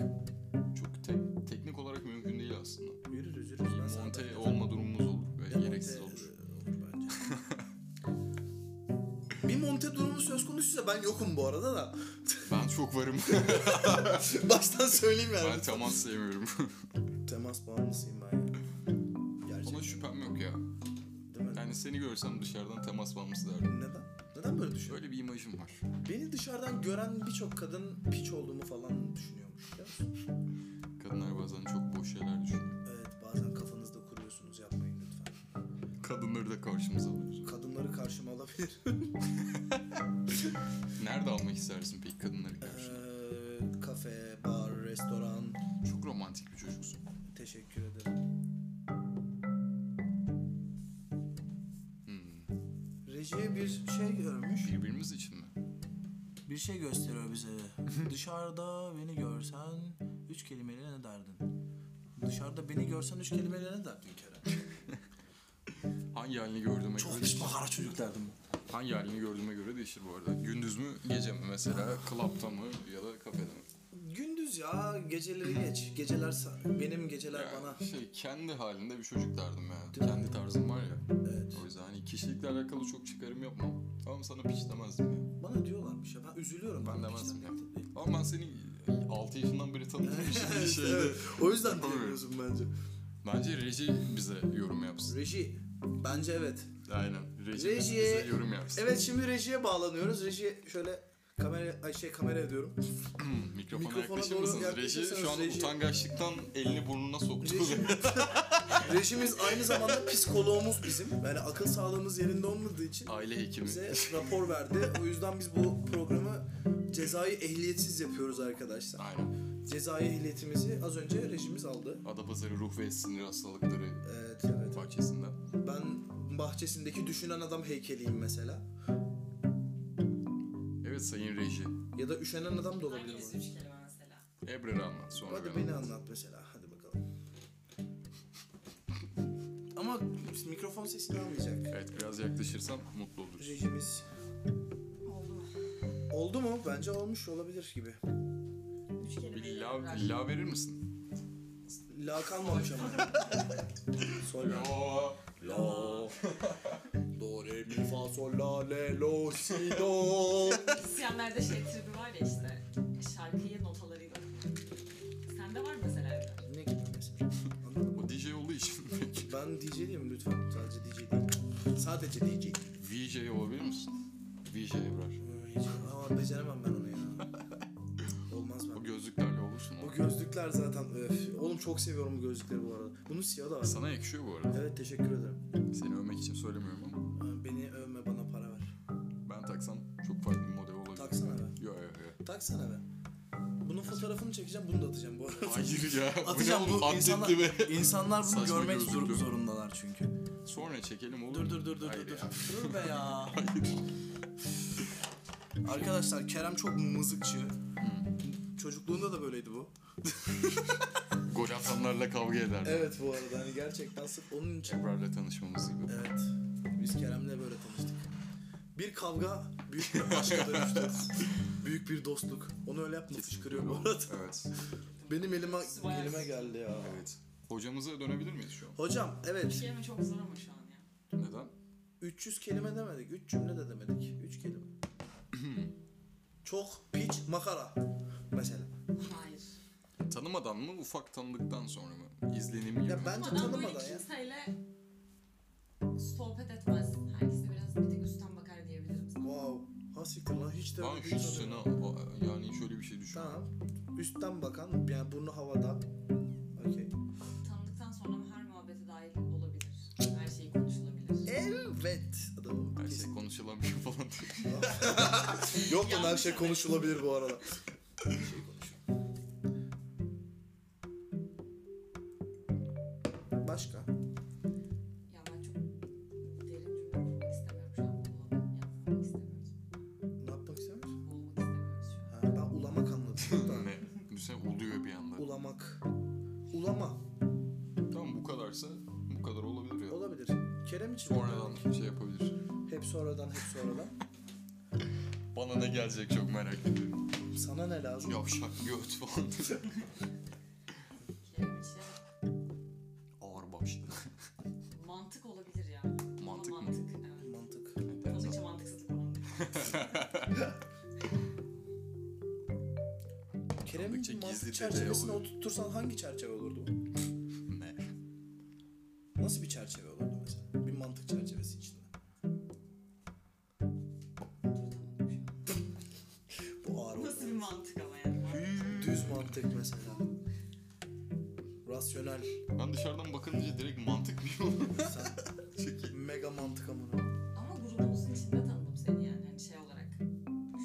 Speaker 2: Çok tek- teknik olarak mümkün değil aslında.
Speaker 1: Yürürüz yürürüz. Ben
Speaker 2: Bir
Speaker 1: sana-
Speaker 2: monte olma durumumuz olur ve
Speaker 1: Ya monte,
Speaker 2: gereksiz
Speaker 1: e,
Speaker 2: olur.
Speaker 1: bence. bir monte durumu söz konusuysa ben yokum bu arada da.
Speaker 2: Ben çok varım.
Speaker 1: Baştan söyleyeyim yani.
Speaker 2: ben temas sevmiyorum.
Speaker 1: Temas bağımlısıyım ben ya. Gerçekten
Speaker 2: Ona şüphem yok ya.
Speaker 1: değil mi?
Speaker 2: Yani seni görsem dışarıdan temas bağımlısı derdim.
Speaker 1: Neden? Neden böyle düşünüyorsun?
Speaker 2: Şöyle bir imajım var.
Speaker 1: Beni dışarıdan gören birçok kadın piç olduğumu falan düşünüyormuş. biliyor musun?
Speaker 2: Kadınlar bazen çok boş şeyler düşünüyor.
Speaker 1: Evet bazen kafanızda kuruyorsunuz yapmayın lütfen.
Speaker 2: Kadınları da karşımıza alıyoruz.
Speaker 1: Kadınları karşıma alabilir.
Speaker 2: Nerede almak istersin peki kadınları
Speaker 5: şey.
Speaker 2: karşına?
Speaker 1: Eee, Ee, kafe, bar, restoran.
Speaker 2: Çok romantik bir çocuksun.
Speaker 1: Teşekkür ederim.
Speaker 2: Hmm.
Speaker 1: Rejiye bir şey görmüş.
Speaker 2: Birbirimiz için mi?
Speaker 5: Bir şey gösteriyor bize. Dışarıda beni görsen üç kelimeyle ne derdin? Dışarıda beni görsen üç kelimeyle ne derdin Kerem? şey.
Speaker 2: Hangi halini gördüğüme
Speaker 5: Çok
Speaker 2: göre
Speaker 5: pişman kara çocuk derdim.
Speaker 2: Hangi halini gördüğüme göre değişir bu arada. Gündüz mü, gece mi mesela? Club'ta mı ya da kafede mi?
Speaker 1: Gündüz ya geceleri geç. Geceler sa- benim geceler
Speaker 2: Yani
Speaker 1: bana.
Speaker 2: Şey, kendi halinde bir çocuk derdim ya.
Speaker 1: Değil mi?
Speaker 2: kendi tarzım var ya.
Speaker 1: Evet.
Speaker 2: O yüzden hani kişilikle alakalı çok çıkarım yapmam. Ama sana piç demezdim ya.
Speaker 1: Bana diyorlarmış ya ben üzülüyorum.
Speaker 2: Ben
Speaker 1: bunun
Speaker 2: demezdim
Speaker 1: içinden.
Speaker 2: ya. Ama ben seni 6 yaşından beri tanıdığım için bir şey
Speaker 1: Evet,
Speaker 2: şeyde...
Speaker 1: evet. O yüzden
Speaker 2: Yapamıyorum.
Speaker 1: diyemiyorsun bence.
Speaker 2: Bence Reji bize yorum yapsın.
Speaker 1: Reji. Bence evet.
Speaker 2: Aynen. Reji,
Speaker 1: Reji.
Speaker 2: bize yorum yapsın.
Speaker 1: Evet şimdi rejiye bağlanıyoruz. Reji şöyle kamera ay şey kamera ediyorum.
Speaker 2: Mikrofona,
Speaker 1: Mikrofona
Speaker 2: yaklaşır
Speaker 1: doğru
Speaker 2: mısınız? Reji
Speaker 1: yaklaşırsanız
Speaker 2: şu an
Speaker 1: Reji-
Speaker 2: utangaçlıktan elini burnuna soktu.
Speaker 1: Reji. Rejimiz aynı zamanda psikoloğumuz bizim. Yani akıl sağlığımız yerinde olmadığı için
Speaker 2: Aile hekimi.
Speaker 1: bize rapor verdi. O yüzden biz bu programı cezai ehliyetsiz yapıyoruz arkadaşlar.
Speaker 2: Aynen.
Speaker 1: Cezai ehliyetimizi az önce rejimiz aldı.
Speaker 2: Adapazarı ruh ve sinir hastalıkları
Speaker 1: Evet evet.
Speaker 2: bahçesinde.
Speaker 1: Ben bahçesindeki düşünen adam heykeliyim mesela.
Speaker 2: Evet sayın Reji.
Speaker 1: Ya da üşenen adam da olabilir
Speaker 4: Hanginiz
Speaker 1: bu.
Speaker 4: üç kelime mesela?
Speaker 2: Ebrar'ı anlat sonra
Speaker 1: Hadi
Speaker 2: ben
Speaker 1: beni
Speaker 2: anlatayım.
Speaker 1: anlat mesela. Hadi bakalım.
Speaker 5: Ama
Speaker 1: Mikrofon sesini almayacak.
Speaker 2: Evet biraz yaklaşırsam mutlu oluruz.
Speaker 1: Rejimiz
Speaker 4: Oldu mu?
Speaker 1: oldu mu? Bence olmuş olabilir gibi.
Speaker 4: Üç kelime.
Speaker 2: Bir la, la verir misin?
Speaker 1: La kalmamış ama. Sol la.
Speaker 2: Yo.
Speaker 1: La. Do, re, mi, fa, sol, la, le, lo, si, do.
Speaker 4: İsyanlarda şey tribi var ya işte. Şarkıyı notalarıyla okuyor. Sende var mı mesela evde?
Speaker 1: ne gibi mesela? Anlamadım.
Speaker 2: O DJ olduğu için peki.
Speaker 1: Ben DJ diyeyim lütfen. Sadece DJ değil. Sadece DJ.
Speaker 2: VJ olabilir misin? VJ Ebrar.
Speaker 1: Hiç, ama beceremem ben onu ya. Olmaz
Speaker 2: O
Speaker 1: ben.
Speaker 2: gözlüklerle olursun.
Speaker 1: Bu
Speaker 2: O
Speaker 1: gözlükler zaten öf. Oğlum çok seviyorum bu gözlükleri bu arada. Bunun siyahı da var.
Speaker 2: Sana yakışıyor bu arada.
Speaker 1: Evet teşekkür ederim.
Speaker 2: Seni övmek için söylemiyorum ama.
Speaker 1: Aa, Beni övme bana para ver.
Speaker 2: Ben taksam çok farklı bir model olabilir.
Speaker 1: Taksana be.
Speaker 2: Yo yo yo.
Speaker 1: Taksana be. Bunun fotoğrafını çekeceğim bunu da atacağım bu arada.
Speaker 2: Hayır ya.
Speaker 5: Atacağım bu
Speaker 2: Atletti
Speaker 5: insanlar,
Speaker 2: be.
Speaker 5: insanlar bunu
Speaker 2: Saçma
Speaker 5: görmek zor-
Speaker 2: gözüktü.
Speaker 5: zorundalar çünkü.
Speaker 2: Sonra çekelim olur
Speaker 5: Dur
Speaker 2: mu?
Speaker 5: dur dur dur
Speaker 2: Hayır
Speaker 5: dur dur.
Speaker 2: ya.
Speaker 5: Dur be ya.
Speaker 2: Hayır.
Speaker 5: Arkadaşlar Kerem çok mızıkçı.
Speaker 2: Hmm.
Speaker 5: Çocukluğunda da böyleydi bu.
Speaker 2: Gol atanlarla kavga ederdi.
Speaker 1: Evet bu arada hani gerçekten sırf onun için.
Speaker 2: Ebrar'la tanışmamız gibi.
Speaker 1: Evet. Biz Kerem'le böyle tanıştık. Bir kavga büyük bir aşka dönüştü. büyük bir dostluk. Onu öyle yapma fışkırıyor bu arada.
Speaker 2: Evet.
Speaker 1: Benim elime,
Speaker 4: Süper.
Speaker 1: elime geldi ya.
Speaker 2: Evet. Hocamıza dönebilir miyiz şu an?
Speaker 1: Hocam
Speaker 4: Bir
Speaker 1: evet
Speaker 4: şey mi çok zor ama şu an ya.
Speaker 2: Neden?
Speaker 1: 300 kelime demedik. 3 cümle de demedik. 3 kelime. Çok piç makara. Mesela.
Speaker 4: Hayır.
Speaker 2: Tanımadan mı, ufak tanıdıktan sonra mı? İzlenimi
Speaker 1: Ya ben-
Speaker 4: Ama
Speaker 1: Bence
Speaker 4: adam böyle
Speaker 1: tanımadan ya.
Speaker 4: kimseyle sohbet etmez. Herkese biraz bir tek üstten bakar diyebilirim sana.
Speaker 1: Wow. Ha siktir lan hiç de
Speaker 2: Lan
Speaker 1: öyle bir
Speaker 2: şu
Speaker 1: şey
Speaker 2: sene
Speaker 1: yok.
Speaker 2: yani şöyle bir şey düşün.
Speaker 1: Tamam. Üstten bakan yani burnu havada. Okey.
Speaker 4: Tanıdıktan sonra mı her muhabbete dahil olabilir. Her şey konuşulabilir.
Speaker 1: Evet. Adamım.
Speaker 2: Her şey
Speaker 1: Kesin.
Speaker 2: konuşulamıyor falan diye.
Speaker 1: Yok lan her
Speaker 4: Yanlış
Speaker 1: şey
Speaker 4: haber.
Speaker 1: konuşulabilir bu arada. Başka?
Speaker 4: Ya ben çok derin cümle kurmak istemiyorum şu an. Bunu yapmak istemiyoruz.
Speaker 1: Ne yapmak istemiyorsun?
Speaker 4: Olmak istemiyoruz şu an.
Speaker 1: Ha, ben ulamak anladım. Da.
Speaker 2: ne? Düşünsene oluyor bir anda.
Speaker 1: Ulamak. Ulama.
Speaker 2: Tamam bu kadarsa bu kadar olabilir ya.
Speaker 1: Olabilir. Kerem için.
Speaker 2: Sonradan şey yapabilir.
Speaker 1: Hep sonradan hep sonradan.
Speaker 2: Bana ne gelecek çok merak ediyorum.
Speaker 1: Sana ne lazım?
Speaker 2: Yavşak göt falan.
Speaker 4: Kelime içi
Speaker 2: Ağır başlı.
Speaker 4: mantık olabilir ya.
Speaker 2: Mantık mı?
Speaker 4: Ama mantık. Evet.
Speaker 1: Mantık.
Speaker 4: Onun için mantıksızlık olan değil.
Speaker 1: Kerem'in
Speaker 2: Sandıkça
Speaker 1: mantık
Speaker 2: gizli de
Speaker 1: çerçevesine
Speaker 2: oluyor.
Speaker 1: oturtursan hangi çerçeve olurdu? bu?
Speaker 2: Ne?
Speaker 1: Nasıl bir çerçeve olurdu mesela? Bir mantık çerçevesi içinde. Bu ağır
Speaker 4: Nasıl bir
Speaker 1: olmalı.
Speaker 4: mantık ama yani.
Speaker 1: Düz mantık mesela. Rasyonel.
Speaker 2: Ben dışarıdan bakınca direkt mantık bir yol.
Speaker 1: Sen mega mantık amına.
Speaker 4: Ama grubumuzun içinde tanıdım seni yani. Hani şey olarak.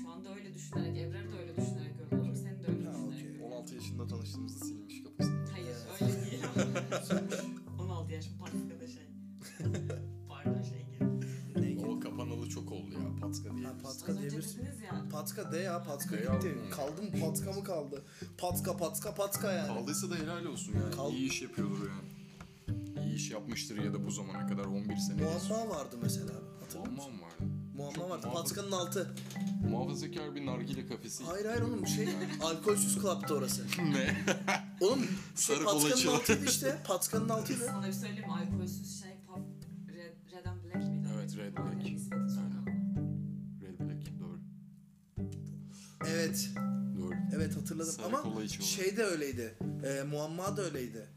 Speaker 4: Şu anda öyle düşünerek, Evrer de öyle düşünerek görüyorum. Seni de öyle
Speaker 1: Ha,
Speaker 4: düşünerek
Speaker 1: okey.
Speaker 4: görüyorum.
Speaker 2: 16 yaşında tanıştığımızda silmiş kafasını.
Speaker 4: Hayır öyle değil ama. 16 yaşım patika da şey. Pardon şey gibi.
Speaker 1: Ne gibi?
Speaker 2: O kapanalı çok oldu ya patka diye.
Speaker 1: Ha,
Speaker 4: Az
Speaker 1: patka
Speaker 4: önce
Speaker 1: diyebilirsin.
Speaker 4: dediniz ya.
Speaker 1: Patka de ya patka
Speaker 2: Ya.
Speaker 1: gitti. Kaldı mı patka mı kaldı? Patka patka patka yani.
Speaker 2: Kaldıysa da helal olsun yani.
Speaker 1: Kal-
Speaker 2: İyi iş yapıyordur yani. İyi iş yapmıştır ya da bu zamana kadar 11 sene.
Speaker 1: Muamma vardı mesela. Hatırlıyor musun?
Speaker 2: Muamman vardı.
Speaker 1: Muamma
Speaker 2: Çok
Speaker 1: vardı.
Speaker 2: muamma.
Speaker 1: Patkanın altı.
Speaker 2: Muhafazakar bir nargile kafesi.
Speaker 1: Hayır hayır oğlum şey alkolsüz klaptı orası.
Speaker 2: ne?
Speaker 1: Oğlum şey,
Speaker 2: Sarı kola
Speaker 1: patkanın
Speaker 2: içiyor.
Speaker 1: altıydı işte. Patkanın altıydı.
Speaker 4: Sana bir söyleyeyim mi? Alkolsüz şey pop Red, Red and Black miydi?
Speaker 2: Evet, Red
Speaker 4: Madem
Speaker 2: Black.
Speaker 4: ismini sokan.
Speaker 2: Red Black doğru.
Speaker 1: Evet.
Speaker 2: Doğru.
Speaker 1: Evet hatırladım
Speaker 2: Sarı kola
Speaker 1: ama
Speaker 2: içiyor.
Speaker 1: şey de öyleydi. Ee, muamma da öyleydi.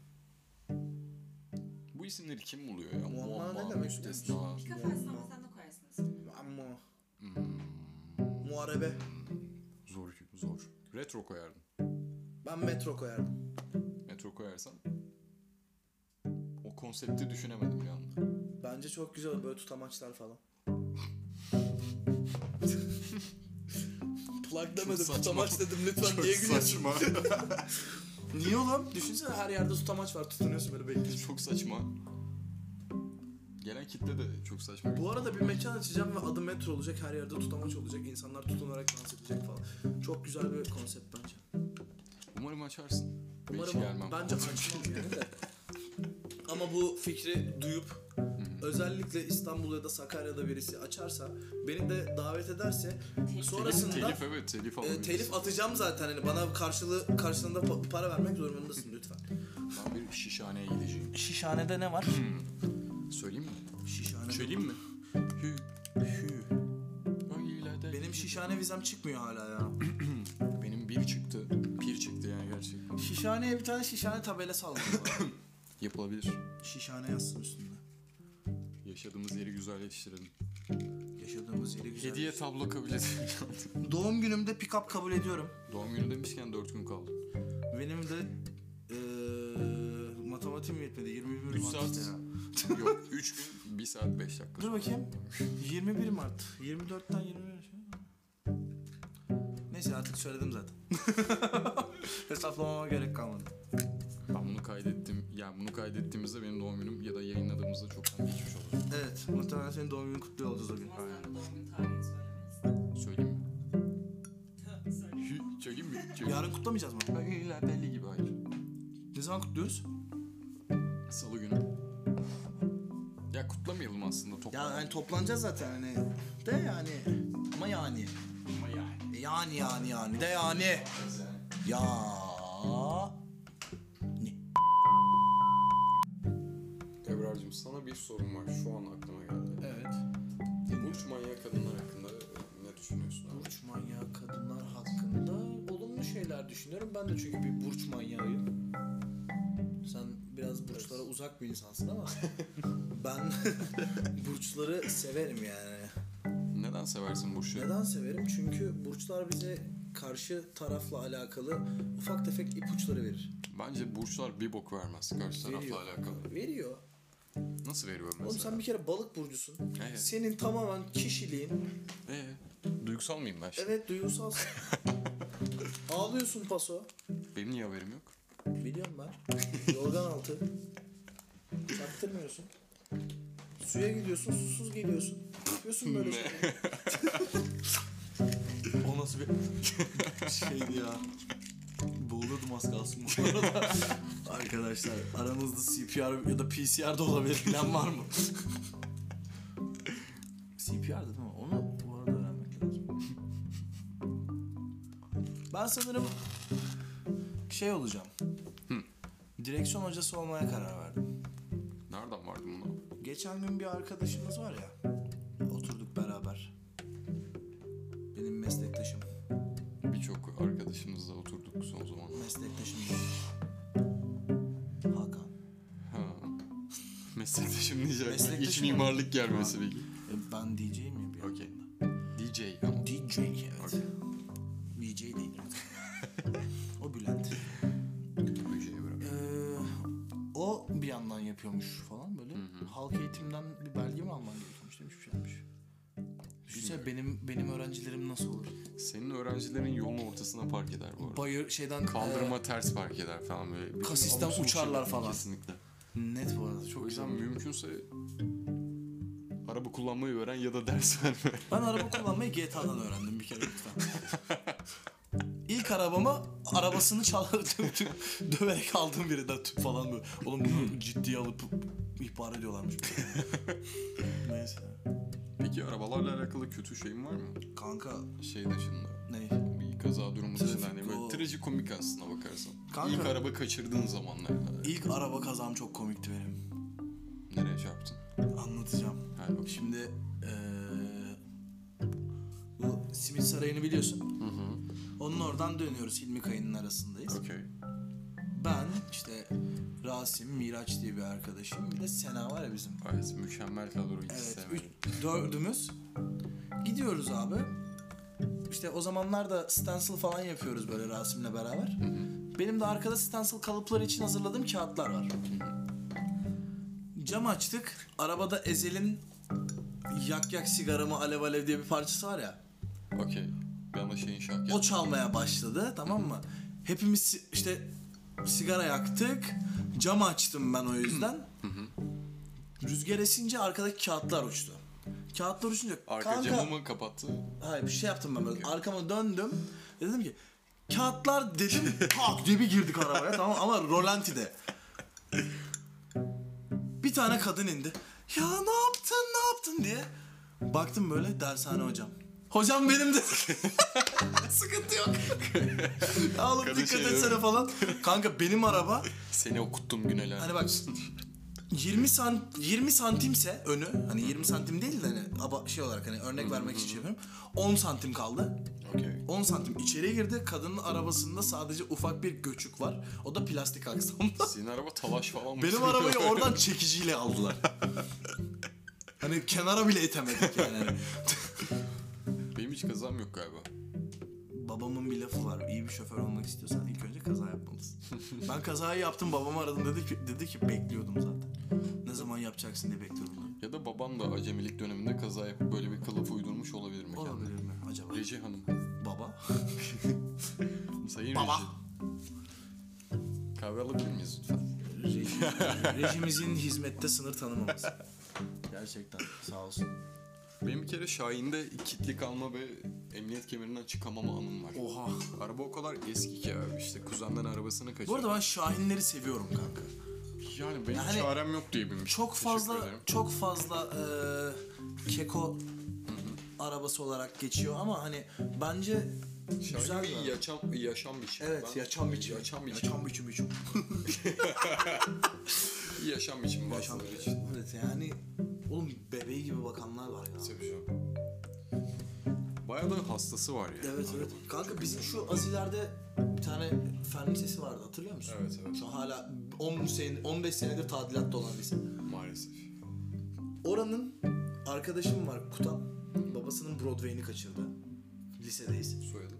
Speaker 2: Bu isimleri kim buluyor ya?
Speaker 1: Muamma
Speaker 2: Muamma,
Speaker 1: ne demek
Speaker 2: Müstesna.
Speaker 4: Bir kafa etsem sen de koyarsın ismini.
Speaker 1: Amma.
Speaker 2: Hmm,
Speaker 1: Muharebe.
Speaker 2: zor, zor. Retro koyardım.
Speaker 1: Ben metro koyardım.
Speaker 2: Metro koyarsam o konsepti düşünemedim bir anda.
Speaker 1: Bence çok güzel olur, böyle tutamaçlar falan. Plug demedim
Speaker 2: saçma.
Speaker 1: tutamaç dedim lütfen
Speaker 2: Çok
Speaker 1: niye gülüyorsun?
Speaker 2: saçma.
Speaker 1: Niye oğlum? Düşünsene her yerde tutamaç var tutunuyorsun böyle bekliyorsun.
Speaker 2: çok saçma. Gelen kitle de çok saçma.
Speaker 1: Bu arada bir mekan açacağım ve adı metro olacak her yerde tutamaç olacak insanlar tutunarak dans edecek falan. Çok güzel bir konsept bence.
Speaker 2: Umarım açarsın. Belki
Speaker 1: Umarım
Speaker 2: gelmem.
Speaker 1: bence açmam yani de. Ama bu fikri duyup özellikle İstanbul ya da Sakarya'da birisi açarsa beni de davet ederse sonrasında
Speaker 2: Telif evet telif
Speaker 1: e,
Speaker 2: alabiliriz.
Speaker 1: telif atacağım zaten hani bana karşılığı karşılığında pa- para vermek zorundasın lütfen.
Speaker 2: Ben bir şişhaneye gideceğim.
Speaker 6: Şişhanede ne var?
Speaker 2: Söyleyeyim mi?
Speaker 1: Şişhane.
Speaker 2: Hmm. Söyleyeyim mi? Hü. Hü. Ay, ileride-
Speaker 1: Benim şişhane vizem çıkmıyor hala ya.
Speaker 2: Benim bir çıktı. Pir çıktı yani gerçekten.
Speaker 1: Şişhaneye bir tane şişhane tabelası aldım.
Speaker 2: Yapılabilir.
Speaker 1: şişhane yazsın üstünde.
Speaker 2: Yaşadığımız yeri güzelleştirelim.
Speaker 1: Yaşadığımız yeri güzel.
Speaker 2: Hediye tablo kabul edelim.
Speaker 1: Doğum günümde pick-up kabul ediyorum.
Speaker 2: Doğum günü demişken 4 gün kaldı.
Speaker 1: Benim de eee matematiğim yetmedi. 21
Speaker 2: Üç
Speaker 1: Mart
Speaker 2: saat.
Speaker 1: işte ya.
Speaker 2: Yok 3 gün 1 saat 5 dakika.
Speaker 1: Dur bakayım. 21 Mart. 24'ten 21 şey. Neyse artık söyledim zaten. Hesaplamama gerek kalmadı.
Speaker 2: Ben bunu kaydettim. Yani bunu kaydettiğimizde benim doğum günüm ya da yayınladığımızda çoktan geçmiş olur.
Speaker 1: Evet, muhtemelen senin doğum günün kutlu olacağız o gün.
Speaker 4: Ama sen de doğum gün tarihini söylemelisin.
Speaker 2: Söyleyeyim mi?
Speaker 4: Söyle.
Speaker 2: Hü, Söyleyeyim mi? Söyleyeyim.
Speaker 1: Yarın kutlamayacağız mı?
Speaker 2: Ay, la deli gibi hayır.
Speaker 1: Ne zaman kutluyoruz?
Speaker 2: Salı günü. Ya kutlamayalım aslında
Speaker 1: Ya
Speaker 2: toplam.
Speaker 1: hani toplanacağız zaten hani. De yani. Ama yani. E Yani yani yani. De yani. Ya.
Speaker 7: Ebrar'cığım sana bir sorum var. Şu an aklıma geldi.
Speaker 1: Evet.
Speaker 7: Burç manyağı kadınlar hakkında e, ne düşünüyorsun abi?
Speaker 8: Burç manyağı kadınlar hakkında olumlu şeyler düşünüyorum. Ben de çünkü bir burç manyağıyım. Sen biraz burçlara uzak bir insansın ama ben burçları severim yani.
Speaker 2: Neden seversin bu şeyi?
Speaker 8: Neden severim? Çünkü burçlar bize karşı tarafla alakalı ufak tefek ipuçları verir.
Speaker 2: Bence burçlar bir bok vermez karşı tarafla
Speaker 8: Veriyor.
Speaker 2: alakalı.
Speaker 8: Veriyor.
Speaker 2: Nasıl veriyor
Speaker 8: Oğlum
Speaker 2: mesela?
Speaker 8: sen bir kere balık burcusun.
Speaker 2: Evet.
Speaker 8: Senin tamamen kişiliğin
Speaker 2: Ee, duygusal mıyım ben şimdi?
Speaker 8: evet duygusalsın. Ağlıyorsun paso.
Speaker 2: Benim niye haberim yok?
Speaker 8: Biliyorum ben. Yorgan altı. Çaktırmıyorsun. Suya gidiyorsun, susuz geliyorsun. Yapıyorsun böyle şey.
Speaker 3: O nasıl bir şeydi ya. Boğulurdum az kalsın bu arada. Arkadaşlar aranızda CPR ya da PCR da olabilir bilen var mı? CPR'dı değil mi? Onu bu arada öğrenmek lazım.
Speaker 1: Ben sanırım şey olacağım. Direksiyon hocası olmaya karar verdim.
Speaker 2: Nereden vardı bunu?
Speaker 1: Geçen gün bir arkadaşımız var ya. Oturduk beraber. Benim meslektaşım.
Speaker 2: Birçok arkadaşımızla oturduk son zamanlarda.
Speaker 1: Meslektaşım. Hakan.
Speaker 2: Ha. Meslektaşım diyecek.
Speaker 1: Meslektaşım
Speaker 2: İç
Speaker 1: mı?
Speaker 2: mimarlık gelmesi peki.
Speaker 1: E, ben DJ miyim bir
Speaker 2: Okey.
Speaker 1: yandan?
Speaker 2: DJ ama.
Speaker 1: DJ evet.
Speaker 2: Okey.
Speaker 1: DJ değil. o Bülent.
Speaker 2: DJ'ye bırak.
Speaker 1: Ee, o bir yandan yapıyormuş falan böyle. Halk eğitimden bir belge mi alman gerekiyormuş demiş bir şeymiş. Düşünsene benim benim öğrencilerim nasıl olur?
Speaker 2: Senin öğrencilerin yolun ortasına park eder bu arada.
Speaker 1: Bayır şeyden e,
Speaker 2: Kaldırıma ters park eder falan böyle. Bütün
Speaker 1: Kasisten
Speaker 2: abuk subuk
Speaker 1: uçarlar
Speaker 2: şeyler.
Speaker 1: falan.
Speaker 2: Kesinlikle.
Speaker 1: e, net bu arada
Speaker 2: O
Speaker 1: çok güzel.
Speaker 2: yüzden mümkünse araba kullanmayı öğren ya da ders verme.
Speaker 1: Ben araba kullanmayı GTA'dan öğrendim bir kere lütfen. İlk arabamı arabasını çalarak döverek aldığım birinden tüp falan böyle. Oğlum bunu ciddiye alıp ihbar ediyorlarmış. Neyse.
Speaker 2: Peki arabalarla alakalı kötü şeyin var mı?
Speaker 1: Kanka
Speaker 2: Şey dışında.
Speaker 1: ne?
Speaker 2: bir kaza durumu dışında hani
Speaker 1: o-
Speaker 2: böyle trajikomik aslına bakarsan.
Speaker 1: Kanka.
Speaker 2: İlk araba kaçırdığın zamanlarda.
Speaker 1: İlk araba kazam çok komikti benim.
Speaker 2: Nereye çarptın?
Speaker 1: Anlatacağım.
Speaker 2: Ha, yok.
Speaker 1: Şimdi eee bu Simit Sarayı'nı biliyorsun.
Speaker 2: Hı hı.
Speaker 1: Onun oradan dönüyoruz Hilmi Kayı'nın arasındayız.
Speaker 2: Okey.
Speaker 1: Ben işte Rasim, Miraç diye bir arkadaşım. Bir de Sena var ya bizim.
Speaker 2: Gayet mükemmel kadro hiç
Speaker 1: Evet.
Speaker 2: sevmedim.
Speaker 1: Üç, dördümüz. Gidiyoruz abi. İşte o zamanlar da stencil falan yapıyoruz böyle Rasim'le beraber. Benim de arkada stencil kalıpları için hazırladığım kağıtlar var. Cam açtık. Arabada Ezel'in Yak Yak Sigaramı Alev Alev diye bir parçası var ya.
Speaker 2: Okey. Bir anda şeyin şarkı
Speaker 1: O çalmaya başladı tamam mı? Hepimiz si- işte sigara yaktık. Cam açtım ben o yüzden. Rüzgar esince arkadaki kağıtlar uçtu. Kağıtlar uçunca
Speaker 2: Arka
Speaker 1: kanka
Speaker 2: camı mı kapattı?
Speaker 1: hayır bir şey yaptım ben böyle. Arkama döndüm. Ve Dedim ki kağıtlar dedim tak diye bir girdik arabaya tamam mı? ama rolantide. Bir tane kadın indi. Ya ne yaptın ne yaptın diye. Baktım böyle dershane hocam. Hocam benim de sıkıntı yok. ya oğlum
Speaker 2: Kadın
Speaker 1: dikkat
Speaker 2: şey
Speaker 1: etsene falan. Kanka benim araba
Speaker 2: Seni okuttum güneler.
Speaker 1: Hani bak 20 san 20 santimse önü hani 20 santim değil de hani aba, şey olarak hani örnek vermek için şey yapıyorum. 10 santim kaldı.
Speaker 2: Okey.
Speaker 1: 10 santim içeri girdi. Kadının arabasında sadece ufak bir göçük var. O da plastik aksamda.
Speaker 2: Senin araba talaş falan mı?
Speaker 1: Benim arabayı oradan çekiciyle aldılar. hani kenara bile itemedik yani. Hani
Speaker 2: Benim hiç kazam yok galiba.
Speaker 1: Babamın bir lafı var. İyi bir şoför olmak istiyorsan ilk önce kaza yapmalısın. ben kazayı yaptım. Babamı aradım dedi ki dedi ki bekliyordum zaten. Ne zaman yapacaksın diye bekliyordum. dedi.
Speaker 2: Ya da baban da acemilik döneminde kaza yapıp böyle bir kılıf uydurmuş olabilir mi kendine?
Speaker 1: Olabilir mi acaba?
Speaker 2: Reci Hanım.
Speaker 1: Baba.
Speaker 2: Sayın
Speaker 1: Baba.
Speaker 2: Reci. Kahve alabilir miyiz lütfen?
Speaker 1: Rejimizin hizmette sınır tanımaması. Gerçekten sağ olsun.
Speaker 2: Benim bir kere Şahin'de kitli kalma ve emniyet kemerinden çıkamama anım var.
Speaker 1: Oha.
Speaker 2: Araba o kadar eski ki abi işte kuzenden arabasını kaçırdım.
Speaker 1: Bu arada ben Şahinleri seviyorum kanka.
Speaker 2: Yani benim
Speaker 1: Yani
Speaker 2: çarem yok diye binmiş.
Speaker 1: Çok
Speaker 2: Teşekkür
Speaker 1: fazla
Speaker 2: ederim.
Speaker 1: çok fazla e, keko arabası olarak geçiyor ama hani bence güzel
Speaker 7: Güzel bir
Speaker 1: bir araba.
Speaker 7: yaşam, yaşam biçimi.
Speaker 1: Evet,
Speaker 7: Ben-
Speaker 1: yaşam biçimi.
Speaker 7: Yaşam biçimi.
Speaker 1: Yaşam biçim biçim.
Speaker 7: Yaşam biçimi
Speaker 1: Yaşam
Speaker 7: bazıları için.
Speaker 1: Evet yani oğlum bebeği gibi bakanlar var ya.
Speaker 7: Tabii canım.
Speaker 2: Bayağı da hastası var yani.
Speaker 1: Evet evet. Kanka bizim şu azilerde bir tane fen lisesi vardı hatırlıyor musun?
Speaker 7: Evet evet.
Speaker 1: Şu an hala 10 sene, 15 senedir tadilatta olan lise.
Speaker 7: Maalesef.
Speaker 1: Oranın arkadaşım var Kutan. Babasının Broadway'ini kaçırdı. Lisedeyiz.
Speaker 7: Soyadım.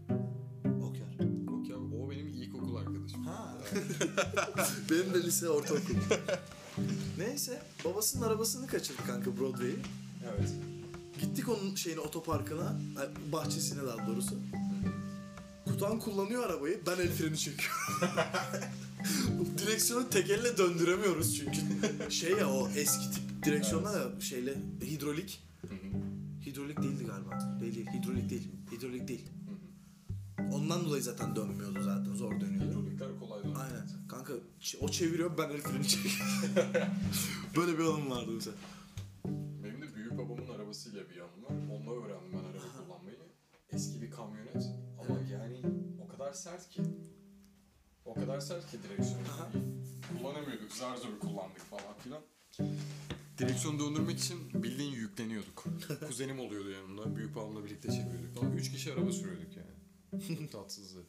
Speaker 1: Okyar.
Speaker 7: Yok ya o benim ilkokul arkadaşım.
Speaker 1: Ha. Benim de lise ortaokul. Neyse babasının arabasını kaçırdı kanka Broadway'i.
Speaker 7: Evet.
Speaker 1: Gittik onun şeyine otoparkına, ay, bahçesine daha doğrusu. Kutan kullanıyor arabayı, ben el freni çekiyorum. Direksiyonu tekerle döndüremiyoruz çünkü. şey ya o eski tip direksiyonlar ya şeyle hidrolik. Hidrolik değildi galiba. Değil, değil, hidrolik değil. Hidrolik değil. Ondan dolayı zaten dönmüyordu zaten. Zor dönüyordu.
Speaker 7: Hidrolikler kolay dönüyor.
Speaker 1: Aynen. Kanka ç- o çeviriyor ben el freni çekiyorum. Böyle bir anım vardı mesela.
Speaker 7: Benim de büyük babamın arabasıyla bir yanım var. Onunla öğrendim ben araba kullanmayı. Eski bir kamyonet ama yani o kadar sert ki. O kadar sert ki direksiyonu.
Speaker 1: Aha.
Speaker 7: Kullanamıyorduk. Zar zor kullandık falan filan.
Speaker 2: Direksiyonu döndürmek için bildiğin yükleniyorduk. Kuzenim oluyordu yanımda. Büyük babamla birlikte çeviriyorduk.
Speaker 7: Ama üç kişi araba sürüyorduk yani. Çok tatsızdı.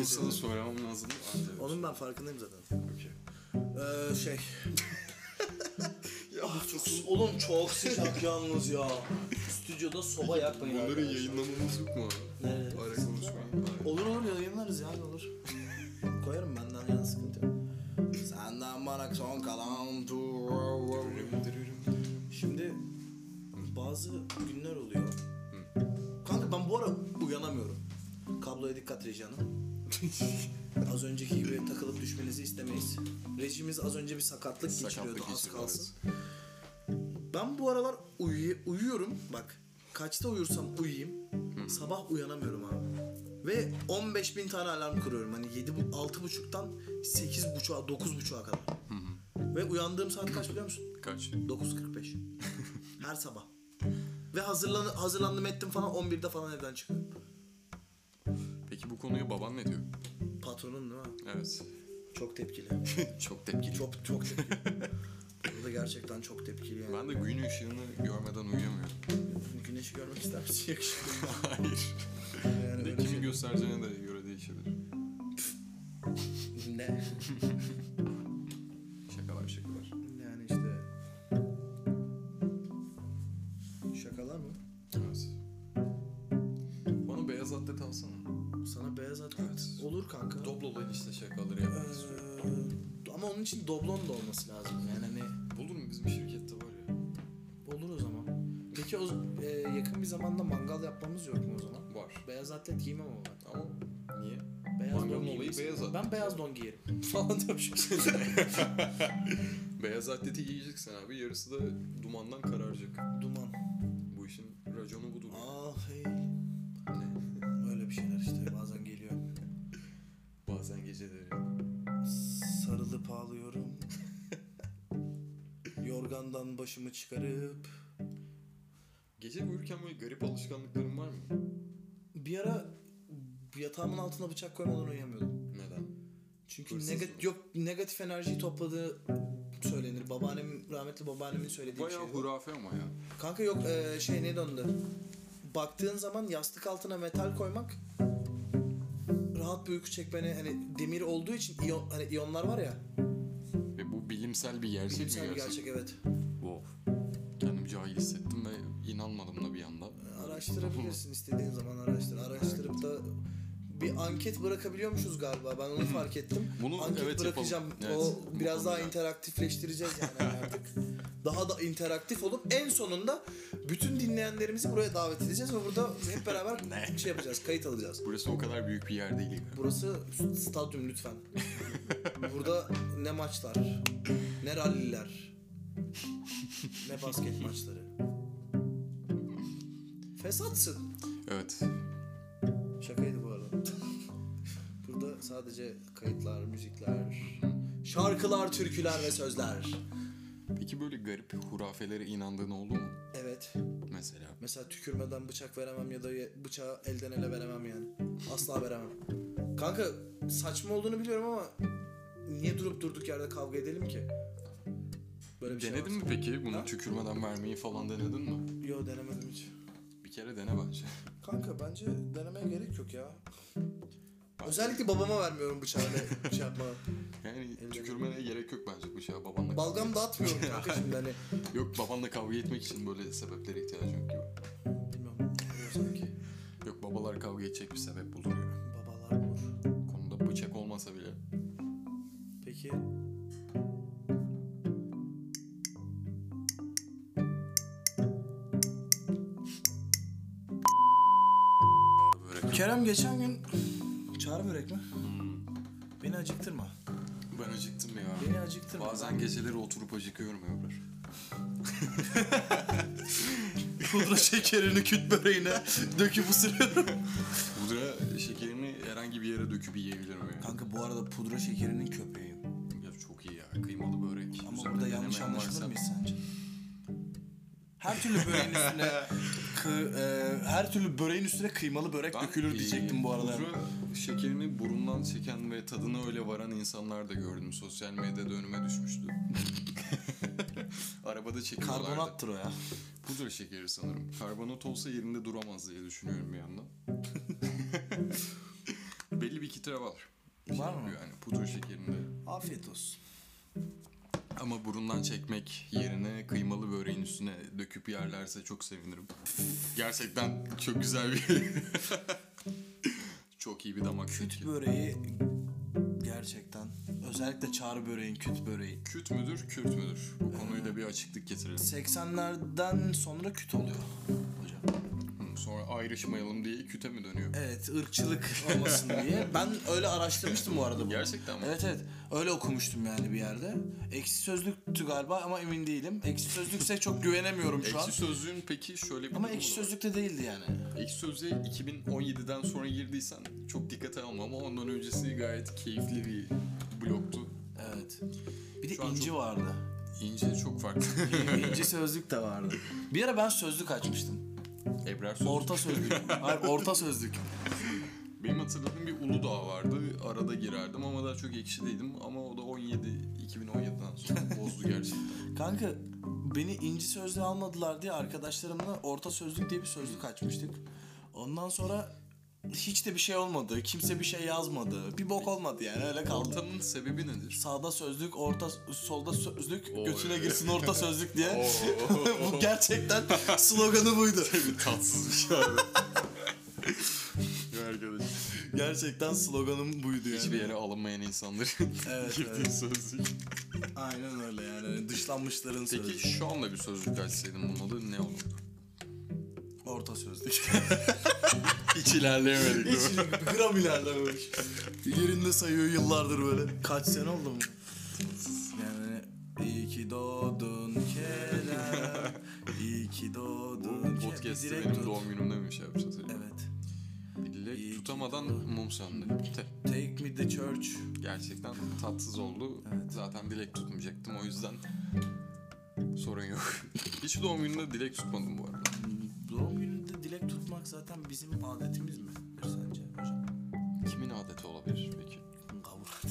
Speaker 2: Bu sana söylemem lazım. Anca.
Speaker 1: Onun ben farkındayım zaten. Ee, şey. ya çok sı- oğlum çok sıcak yalnız ya. Stüdyoda soba yakmayın.
Speaker 2: Bunları
Speaker 1: arkadaşlar.
Speaker 2: yayınlamamız yok mu abi?
Speaker 1: Evet.
Speaker 2: Ara konuşmayın. Ara.
Speaker 1: Olur olur yayınlarız ya ne olur. Koyarım benden yana sıkıntı yok. Senden bana son kalan Şimdi bazı günler oluyor. Kanka ben bu ara uyanamıyorum. Kabloya dikkat Reji Hanım. az önceki gibi takılıp düşmenizi istemeyiz. Rejimiz az önce bir sakatlık,
Speaker 2: Sakatlık
Speaker 1: geçiriyordu az
Speaker 2: geçirdi,
Speaker 1: kalsın. Ben bu aralar uyuy- uyuyorum bak. Kaçta uyursam uyuyayım. Sabah uyanamıyorum abi. Ve 15 bin tane alarm kuruyorum. Hani 7, 6 buçuktan 8 buçuğa, 9 buçuğa kadar. Ve uyandığım saat kaç biliyor musun?
Speaker 2: Kaç?
Speaker 1: 9.45. Her sabah. Ve hazırlan hazırlandım ettim falan 11'de falan evden çıkıyorum.
Speaker 2: Peki bu konuya baban ne diyor?
Speaker 1: Patronun değil mi?
Speaker 2: Evet.
Speaker 1: Çok tepkili.
Speaker 2: Çok tepkili.
Speaker 1: Çok çok tepkili. Burada gerçekten çok tepkili yani.
Speaker 2: Ben de gün ışığını görmeden uyuyamıyorum.
Speaker 1: Güneşi görmek ister misin? Yakışıklı.
Speaker 2: Hayır.
Speaker 1: Yani şey.
Speaker 2: Bir şey. de
Speaker 1: böyle
Speaker 2: kimin göstereceğine de göre değişebilir.
Speaker 1: şey- Ne?
Speaker 2: Şakalar şakalar.
Speaker 1: Yani işte. Şakalar mı?
Speaker 2: Evet. Bana beyaz atlet alsana.
Speaker 1: Sana beyaz atlet
Speaker 2: Evet.
Speaker 1: olur kanka.
Speaker 2: Doblo'dan işte şakaları
Speaker 1: Ee,
Speaker 2: yapmak istiyorum.
Speaker 1: ama onun için doblon da olması lazım. Yani hani
Speaker 2: Bulur mu bizim şirkette var ya?
Speaker 1: olur o zaman. Peki o e, yakın bir zamanda mangal yapmamız yok mu o zaman?
Speaker 2: Var.
Speaker 1: Beyaz atlet giymem ama ben.
Speaker 2: Ama niye?
Speaker 1: Beyaz
Speaker 2: Mangalın
Speaker 1: don
Speaker 2: olayı
Speaker 1: giyeyim.
Speaker 2: beyaz atlet.
Speaker 1: Ben beyaz don giyerim. Falan demiş.
Speaker 2: Beyaz atleti giyeceksin abi. Yarısı da dumandan kararacak.
Speaker 1: Duman.
Speaker 2: Bu işin raconu budur.
Speaker 1: Ah hey.
Speaker 2: Ne?
Speaker 1: Öyle bir şeyler işte bazen geliyor.
Speaker 2: Bazen geceleri.
Speaker 1: Sarılıp ağlıyorum. Yorgandan başımı çıkarıp.
Speaker 2: Gece uyurken böyle garip alışkanlıkların var mı?
Speaker 1: Bir ara yatağımın altına bıçak koymadan uyuyamıyordum.
Speaker 2: Neden?
Speaker 1: Çünkü
Speaker 2: Hırsız
Speaker 1: negat-
Speaker 2: mı?
Speaker 1: yok negatif enerjiyi topladığı söylenir. Babaannem rahmetli babaannemin söylediği bir
Speaker 2: Bayağı
Speaker 1: şey.
Speaker 2: hurafe ama ya.
Speaker 1: Kanka yok e, şey ne döndü? Baktığın zaman yastık altına metal koymak rahat bir uyku çekmeni hani demir olduğu için iyon, hani iyonlar var ya.
Speaker 2: Ve bu bilimsel bir gerçek
Speaker 1: Bilimsel
Speaker 2: mi
Speaker 1: bir
Speaker 2: gerçek?
Speaker 1: gerçek evet.
Speaker 2: Wow. Kendimi cahil hissettim ve inanmadım da bir anda.
Speaker 1: Araştırabilirsin istediğin zaman araştır. Araştırıp da
Speaker 8: bir anket bırakabiliyormuşuz galiba. Ben onu fark ettim.
Speaker 2: Bunu
Speaker 8: anket
Speaker 2: evet
Speaker 8: bırakacağım.
Speaker 2: yapalım. Evet,
Speaker 8: o
Speaker 2: bu
Speaker 8: biraz daha
Speaker 2: konuda.
Speaker 8: interaktifleştireceğiz yani hani artık. Daha da interaktif olup en sonunda bütün dinleyenlerimizi buraya davet edeceğiz ve burada hep beraber bir şey yapacağız, kayıt alacağız.
Speaker 2: Burası o kadar büyük bir yer değil.
Speaker 8: Burası stadyum lütfen. Burada ne maçlar, ne ralliler, ne basket maçları. Fesatsın.
Speaker 2: Evet.
Speaker 8: Şakaydı bu arada. Burada sadece kayıtlar, müzikler, şarkılar, türküler ve sözler.
Speaker 2: Peki böyle garip hurafelere inandığın oldu mu?
Speaker 8: Evet.
Speaker 2: Mesela.
Speaker 8: Mesela tükürmeden bıçak veremem ya da ye- bıçağı elden ele veremem yani. Asla veremem. Kanka saçma olduğunu biliyorum ama niye durup durduk yerde kavga edelim ki? Böyle bir şey
Speaker 2: Denedin
Speaker 8: var.
Speaker 2: mi peki bunu
Speaker 8: Ha?
Speaker 2: tükürmeden vermeyi falan denedin mi?
Speaker 8: Yo denemedim hiç.
Speaker 2: Bir kere dene bence.
Speaker 8: Kanka bence denemeye gerek yok ya. Özellikle babama vermiyorum bıçağı ne- şey yapma.
Speaker 2: Yani
Speaker 8: Evde-
Speaker 2: tükürmene gerek yok bence bıçağa babanla.
Speaker 8: Balgam dağıtmıyorum kanka şimdi hani.
Speaker 2: Yok babanla kavga etmek için böyle sebeplere ihtiyacın yok gibi.
Speaker 8: Bilmiyorum. oluyor sanki.
Speaker 2: Yok babalar kavga edecek bir sebep bulur ya.
Speaker 8: Babalar olur.
Speaker 2: Konuda bıçak olmasa bile.
Speaker 8: Peki
Speaker 2: Börek.
Speaker 8: Kerem geçen gün çağrı börek mi? Beni acıktırma.
Speaker 2: Ben acıktım ya.
Speaker 8: Beni acıktırma.
Speaker 2: Bazen geceleri oturup acıkıyorum Ebrar.
Speaker 3: Pudra şekerini küt böreğine döküp ısırıyorum.
Speaker 2: Pudra şekerini herhangi bir yere döküp yiyebilirim yani.
Speaker 1: Kanka bu arada pudra şekerinin köpeği.
Speaker 2: Ya çok iyi ya. Kıymalı börek.
Speaker 1: Ama
Speaker 2: Üzerine
Speaker 1: burada yanlış
Speaker 2: denemeyen
Speaker 1: anlaşılır
Speaker 2: varsa-
Speaker 1: mıyız sence? Her türlü böreğin üstüne kı- e, her türlü böreğin üstüne kıymalı börek
Speaker 2: Ben,
Speaker 1: dökülür
Speaker 2: e,
Speaker 1: diyecektim bu arada.
Speaker 2: Pudra şekerini burundan çeken ve tadına öyle varan insanlar da gördüm. Sosyal medyada önüme düşmüştü. Arabada çekiyorlardı.
Speaker 1: Karbonattır o ya.
Speaker 2: Pudra şekeri sanırım. Karbonat olsa yerinde duramaz diye düşünüyorum bir yandan. Belli bir kitle var. Bir
Speaker 1: Var mı?
Speaker 2: yapıyor Yani pudra şekerinde.
Speaker 1: Afiyet olsun.
Speaker 2: Ama burundan çekmek yerine kıymalı böreğin üstüne döküp yerlerse çok sevinirim. Gerçekten çok güzel bir... çok iyi bir damak
Speaker 1: Küt
Speaker 2: zevki.
Speaker 1: böreği gerçekten özellikle çağrı böreğin küt böreği.
Speaker 2: Küt müdür, kürt müdür? Bu konuyla bir açıklık getirelim.
Speaker 1: 80'lerden sonra küt oluyor hocam.
Speaker 2: Hı, Sonra ayrışmayalım diye küte mi dönüyor?
Speaker 1: Evet ırkçılık olmasın diye. Ben öyle araştırmıştım bu arada bunu.
Speaker 2: Gerçekten mi?
Speaker 1: Evet evet. Öyle okumuştum yani bir yerde. Eksi sözlüktü galiba ama emin değilim. Eksi sözlükse çok güvenemiyorum şu an.
Speaker 2: Ekşi Sözlüğün peki şöyle bir
Speaker 1: Ama
Speaker 2: durumu
Speaker 1: ekşi
Speaker 2: da var.
Speaker 1: sözlükte değildi yani.
Speaker 2: Ekşi Sözlüğe 2017'den sonra girdiysen çok dikkate alma ama ondan öncesi gayet keyifli bir bloktu.
Speaker 1: Evet. Bir de
Speaker 2: Şu an
Speaker 1: inci
Speaker 2: çok-
Speaker 1: vardı.
Speaker 2: İnce çok farklı.
Speaker 1: İnci sözlük de vardı. Bir ara ben sözlük açmıştım.
Speaker 2: Ebrar Sözlük.
Speaker 1: Orta sözlük. Hayır orta sözlük.
Speaker 2: Benim hatırladığım bir Uludağ vardı. Arada girerdim ama daha çok ekşideydim ama o da 17 2017'den sonra bozdu gerçekten.
Speaker 1: Kanka beni inci sözlüğe almadılar diye arkadaşlarımla orta sözlük diye bir sözlük açmıştık. Ondan sonra hiç de bir şey olmadı. Kimse bir şey yazmadı. Bir bok olmadı yani öyle kaldı.
Speaker 2: Ortamın sebebi nedir?
Speaker 1: Sağda sözlük, orta solda sözlük,
Speaker 2: Oy.
Speaker 1: götüne girsin orta sözlük diye. Bu gerçekten sloganı buydu.
Speaker 2: Tatsız bir şey abi. Ya Arkadaş.
Speaker 1: gerçekten sloganım buydu yani.
Speaker 2: şey. Hiçbir yere alınmayan insanların
Speaker 1: Evet,
Speaker 2: girdiği
Speaker 1: evet.
Speaker 2: sözlük.
Speaker 1: Aynen öyle yani. Hani Dışlanmışların
Speaker 2: Peki
Speaker 1: sözlüğü.
Speaker 2: şu anda bir sözlük açsaydın bunun adı ne olurdu?
Speaker 1: Orta sözlük.
Speaker 2: Hiç ilerleyemedik değil mi?
Speaker 1: Hiç gram ilerlememiş. Yerinde sayıyor yıllardır böyle. Kaç sene oldu mu? Yani iyi ki doğdun Kerem. İyi ki doğdun
Speaker 2: Bu
Speaker 1: Kerem.
Speaker 2: podcast'ı
Speaker 1: Direkt
Speaker 2: benim
Speaker 1: tut.
Speaker 2: doğum günümde mi şey yapacağız? acaba?
Speaker 1: Evet.
Speaker 2: Bir dilek
Speaker 1: İyi ki
Speaker 2: tutamadan
Speaker 1: doğdun.
Speaker 2: mum söndü. Te-
Speaker 1: Take me the church.
Speaker 2: Gerçekten tatsız oldu. Zaten dilek tutmayacaktım o yüzden sorun yok. Hiç doğum gününde dilek tutmadım bu arada.
Speaker 1: Doğum gününde dilek tutmak zaten bizim adetimiz mi? Sence hocam?
Speaker 2: Kimin adeti olabilir peki?
Speaker 1: Kavur.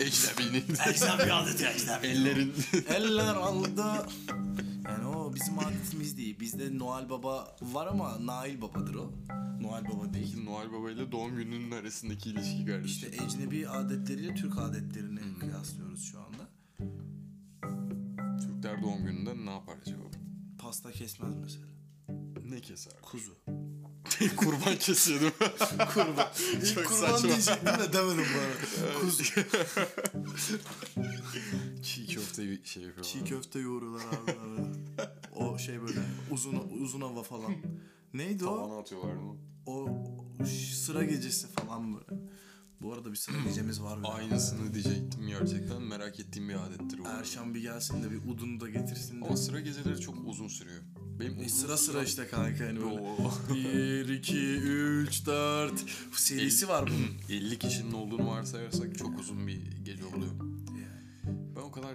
Speaker 2: Ecnebinin.
Speaker 1: Ecnebi adeti ecnebi.
Speaker 2: Ellerin.
Speaker 1: Eller aldı. Yani o bizim adetimiz değil. Bizde Noel Baba var ama Nail Babadır o. Noel Baba değil.
Speaker 2: Noel Baba ile doğum gününün arasındaki ilişki kardeşim.
Speaker 1: İşte ecnebi adetleriyle Türk adetlerini kıyaslıyoruz şu anda.
Speaker 2: Türkler doğum gününde ne yapar acaba?
Speaker 1: Pasta kesmez mesela.
Speaker 2: Ne keser?
Speaker 1: Kuzu.
Speaker 2: kurban kesiyordum. kurban. Çok
Speaker 1: kurban
Speaker 2: saçma.
Speaker 1: diyecektim de demedim bu arada. Kuzu.
Speaker 2: Çiğ köfte bir şey yapıyor.
Speaker 1: Çiğ köfte yoğuruyorlar abi. arada. o şey böyle uzun uzun hava falan. Neydi o?
Speaker 2: Tavana atıyorlar mı?
Speaker 1: O ş- sıra gecesi falan böyle. Bu arada bir sıra gecemiz var. benim.
Speaker 2: Aynısını diyecektim gerçekten. Merak ettiğim bir adettir o.
Speaker 1: Erşan bir gelsin de bir udunu da getirsin de.
Speaker 2: Ama sıra geceleri çok uzun sürüyor. Benim
Speaker 1: E,
Speaker 2: uzun
Speaker 1: sıra sıra
Speaker 2: süren-
Speaker 1: işte kanka hani böyle.
Speaker 2: Oo.
Speaker 1: 1, 2, 3, 4 serisi var bunun.
Speaker 2: 50 kişinin olduğunu varsayarsak çok uzun bir gece oluyor. Ben o kadar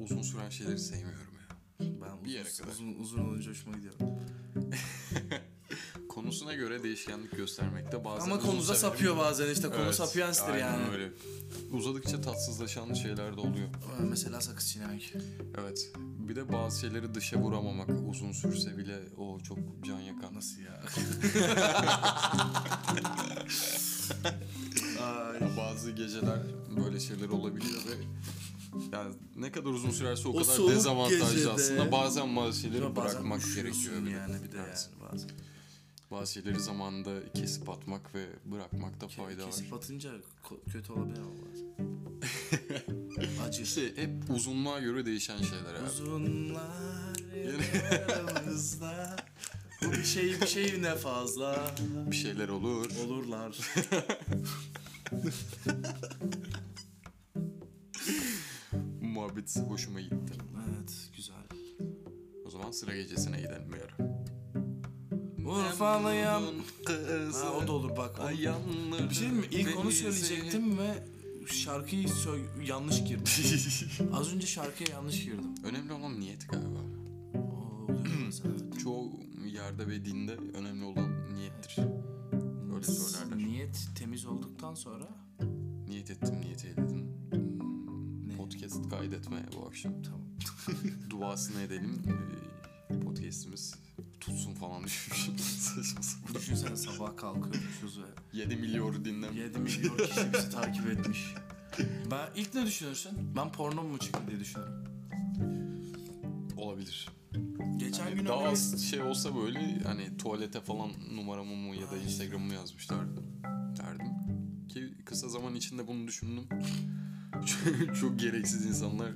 Speaker 2: uzun süren şeyleri sevmiyorum ya.
Speaker 1: Ben
Speaker 2: Bir yere
Speaker 1: uzun-
Speaker 2: kadar.
Speaker 1: Uzun, uzun olunca hoşuma gidiyor.
Speaker 2: Konusuna göre değişkenlik göstermekte bazen
Speaker 1: Ama
Speaker 2: uzun
Speaker 1: konuda
Speaker 2: severim.
Speaker 1: sapıyor bazen işte konu
Speaker 2: Evet,
Speaker 1: sapienstir
Speaker 2: aynen
Speaker 1: yani.
Speaker 2: öyle. Uzadıkça tatsızlaşan şeyler de oluyor.
Speaker 1: Ee, Mesela sakız çiğnemek.
Speaker 2: Evet. Bir de bazı şeyleri dışa vuramamak uzun sürse bile o çok can yakan.
Speaker 1: Nasıl ya?
Speaker 2: Ya Hani Bazı geceler böyle şeyler olabiliyor ve yani ne kadar uzun sürerse o,
Speaker 1: O
Speaker 2: kadar
Speaker 1: soğuk
Speaker 2: dezavantajlı
Speaker 1: gecede-
Speaker 2: aslında. Bazen bazı şeyleri
Speaker 1: Bazen
Speaker 2: bırakmak
Speaker 1: üşüyorsun
Speaker 2: gerekiyor. bir de.
Speaker 1: yani bir de
Speaker 2: Evet.
Speaker 1: yani bazen.
Speaker 2: Bazı şeyleri zamanında kesip atmak ve bırakmakta
Speaker 1: Ke-
Speaker 2: fayda var.
Speaker 1: kesip atınca ko- kötü olabilir ama bazen. Acı.
Speaker 2: İşte hep uzunluğa göre değişen şeyler abi.
Speaker 1: Uzunlar aramızda. Bu bir şey bir şey ne fazla
Speaker 2: Bir şeyler olur.
Speaker 1: olurlar.
Speaker 2: Muhabbet hoşuma gitti.
Speaker 1: Evet güzel.
Speaker 2: O zaman sıra gecesine gidelim bir ara.
Speaker 1: Urfalıyım.
Speaker 2: Kızı
Speaker 1: Ha, o da olur bak. o-
Speaker 2: Ayanları
Speaker 1: Bir şey mi? İlk onu
Speaker 2: beni
Speaker 1: söyleyecektim ve şarkıyı sö- yanlış girdim.
Speaker 2: sev-
Speaker 1: Az önce şarkıya yanlış girdim.
Speaker 2: Önemli olan niyet galiba.
Speaker 1: O oluyor mesela.
Speaker 2: Çoğu yerde ve dinde önemli olan niyettir. Öyle söylerler.
Speaker 1: Niyet temiz olduktan sonra
Speaker 2: Niyet ettim, niyet eyledim.
Speaker 1: ne?
Speaker 2: Podcast kaydetmeye bu akşam.
Speaker 1: Tamam.
Speaker 2: Duasını edelim. Ee, Podcast'imiz tutsun falan düşünmüşüm. Saçma sapan.
Speaker 1: Düşünsene sabah kalkıyormuşuz ve
Speaker 2: 7 milyonu dinlem.
Speaker 1: 7 milyon kişi bizi takip etmiş. Ben ilk ne düşünürsün? Ben porno mu çıktı diye düşünüyorum.
Speaker 2: Olabilir.
Speaker 1: Geçen
Speaker 2: Yani
Speaker 1: gün
Speaker 2: daha
Speaker 1: öyle
Speaker 2: az şey olsa böyle hani tuvalete falan numaramı mı ya da Instagram'ımı yazmışlardı derdim. Ki kısa zaman içinde bunu düşündüm. Çok- Çok gereksiz insanlar.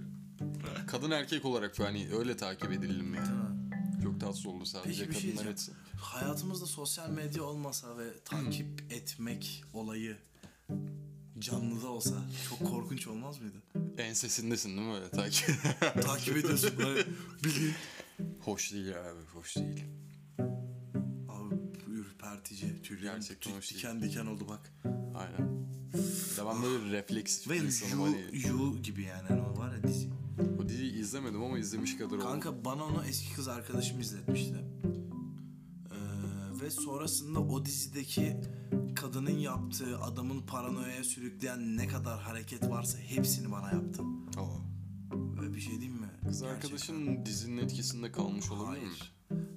Speaker 2: Kadın erkek olarak hani öyle takip edilelim yani.
Speaker 1: Değil mi?
Speaker 2: Çok tatsız oldu sadece
Speaker 1: Peki bir şey
Speaker 2: kadınlar
Speaker 1: diyeceğim.
Speaker 2: etsin.
Speaker 1: Hayatımızda sosyal medya olmasa ve takip etmek olayı canlıda olsa çok korkunç olmaz mıydı?
Speaker 2: Ensesindesin değil mi öyle takip?
Speaker 1: takip ediyorsun böyle bilin.
Speaker 2: hoş değil abi hoş değil.
Speaker 1: Abi ürpertici, tüylerim
Speaker 2: Gerçekten
Speaker 1: tü-
Speaker 2: hoş değil.
Speaker 1: diken diken oldu bak.
Speaker 2: Aynen. Ya ben böyle refleksif
Speaker 1: Ve
Speaker 2: bir insanım hani.
Speaker 1: you, you gibi yani hani o var ya dizi.
Speaker 2: O diziyi izlemedim ama izlemiş kadar oldum.
Speaker 1: Kanka bana onu eski kız arkadaşım izletmişti. Ee, ve sonrasında o dizideki kadının yaptığı, adamın paranoyaya sürükleyen ne kadar hareket varsa hepsini bana yaptı.
Speaker 2: Aa,
Speaker 1: Ve bir şey diyeyim mi?
Speaker 2: Kız
Speaker 1: Gerçekten.
Speaker 2: arkadaşın dizinin etkisinde kalmış olabilir mi?
Speaker 1: Hayır.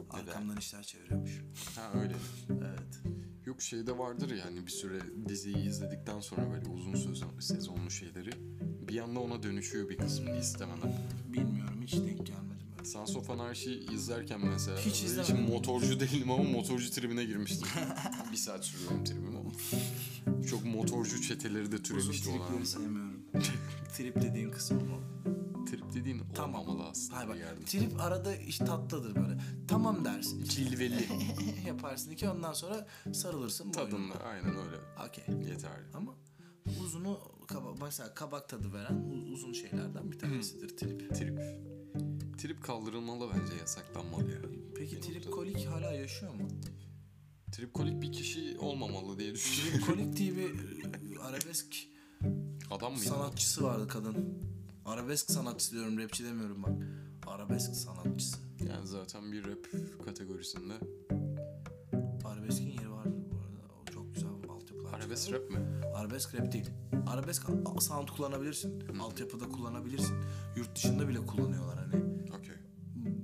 Speaker 1: Arkamdan işler çeviriyormuş.
Speaker 2: Ha öyle.
Speaker 1: Evet.
Speaker 2: Yok şey de vardır ya hani bir süre diziyi izledikten sonra böyle uzun sezon, sezonlu şeyleri bir anda ona dönüşüyor bir kısmını istemeden.
Speaker 1: Bilmiyorum hiç denk gelmedim. ben.
Speaker 2: Sons of Anarchy'yi izlerken mesela
Speaker 1: Hiç
Speaker 2: böyle
Speaker 1: izlemedim.
Speaker 2: motorcu değilim ama motorcu tribine girmiştim. bir saat sürüyor benim tribim ama. Çok motorcu çeteleri de
Speaker 1: Uzun
Speaker 2: türemişti ona.
Speaker 1: tripleri sevmiyorum. Trip dediğin kısım o.
Speaker 2: Trip dediğin
Speaker 1: Tamam.
Speaker 2: olmamalı aslında
Speaker 1: Hayır
Speaker 2: bir yerde.
Speaker 1: bak trip arada iş tatlıdır böyle. Tamam dersin.
Speaker 2: Cilveli.
Speaker 1: yaparsın ki ondan sonra sarılırsın. boynuna.
Speaker 2: Tadında aynen öyle.
Speaker 1: Okey.
Speaker 2: Yeterli.
Speaker 1: Ama uzunu kaba, mesela kabak tadı veren u- uzun şeylerden bir tanesidir trip.
Speaker 2: Trip. Trip kaldırılmalı bence yasaklanmalı ya.
Speaker 1: Peki
Speaker 2: Benim
Speaker 1: trip
Speaker 2: tadım.
Speaker 1: kolik hala yaşıyor mu?
Speaker 2: Trip kolik bir kişi olmamalı diye düşünüyorum.
Speaker 1: kolik diye bir e, arabesk
Speaker 2: Adam mıydı?
Speaker 1: sanatçısı vardı kadın. Arabesk sanatçısı diyorum rapçi demiyorum bak. Arabesk sanatçısı.
Speaker 2: Yani zaten bir rap kategorisinde.
Speaker 1: Arabeskin yeri vardır bu arada. O çok güzel altyapılar.
Speaker 2: Arabesk
Speaker 1: çıkıyor.
Speaker 2: rap mi?
Speaker 1: Arabesk rap değil. Arabesk a- sound kullanabilirsin. Altyapıda kullanabilirsin. Yurt dışında bile kullanıyorlar hani.
Speaker 2: Okey.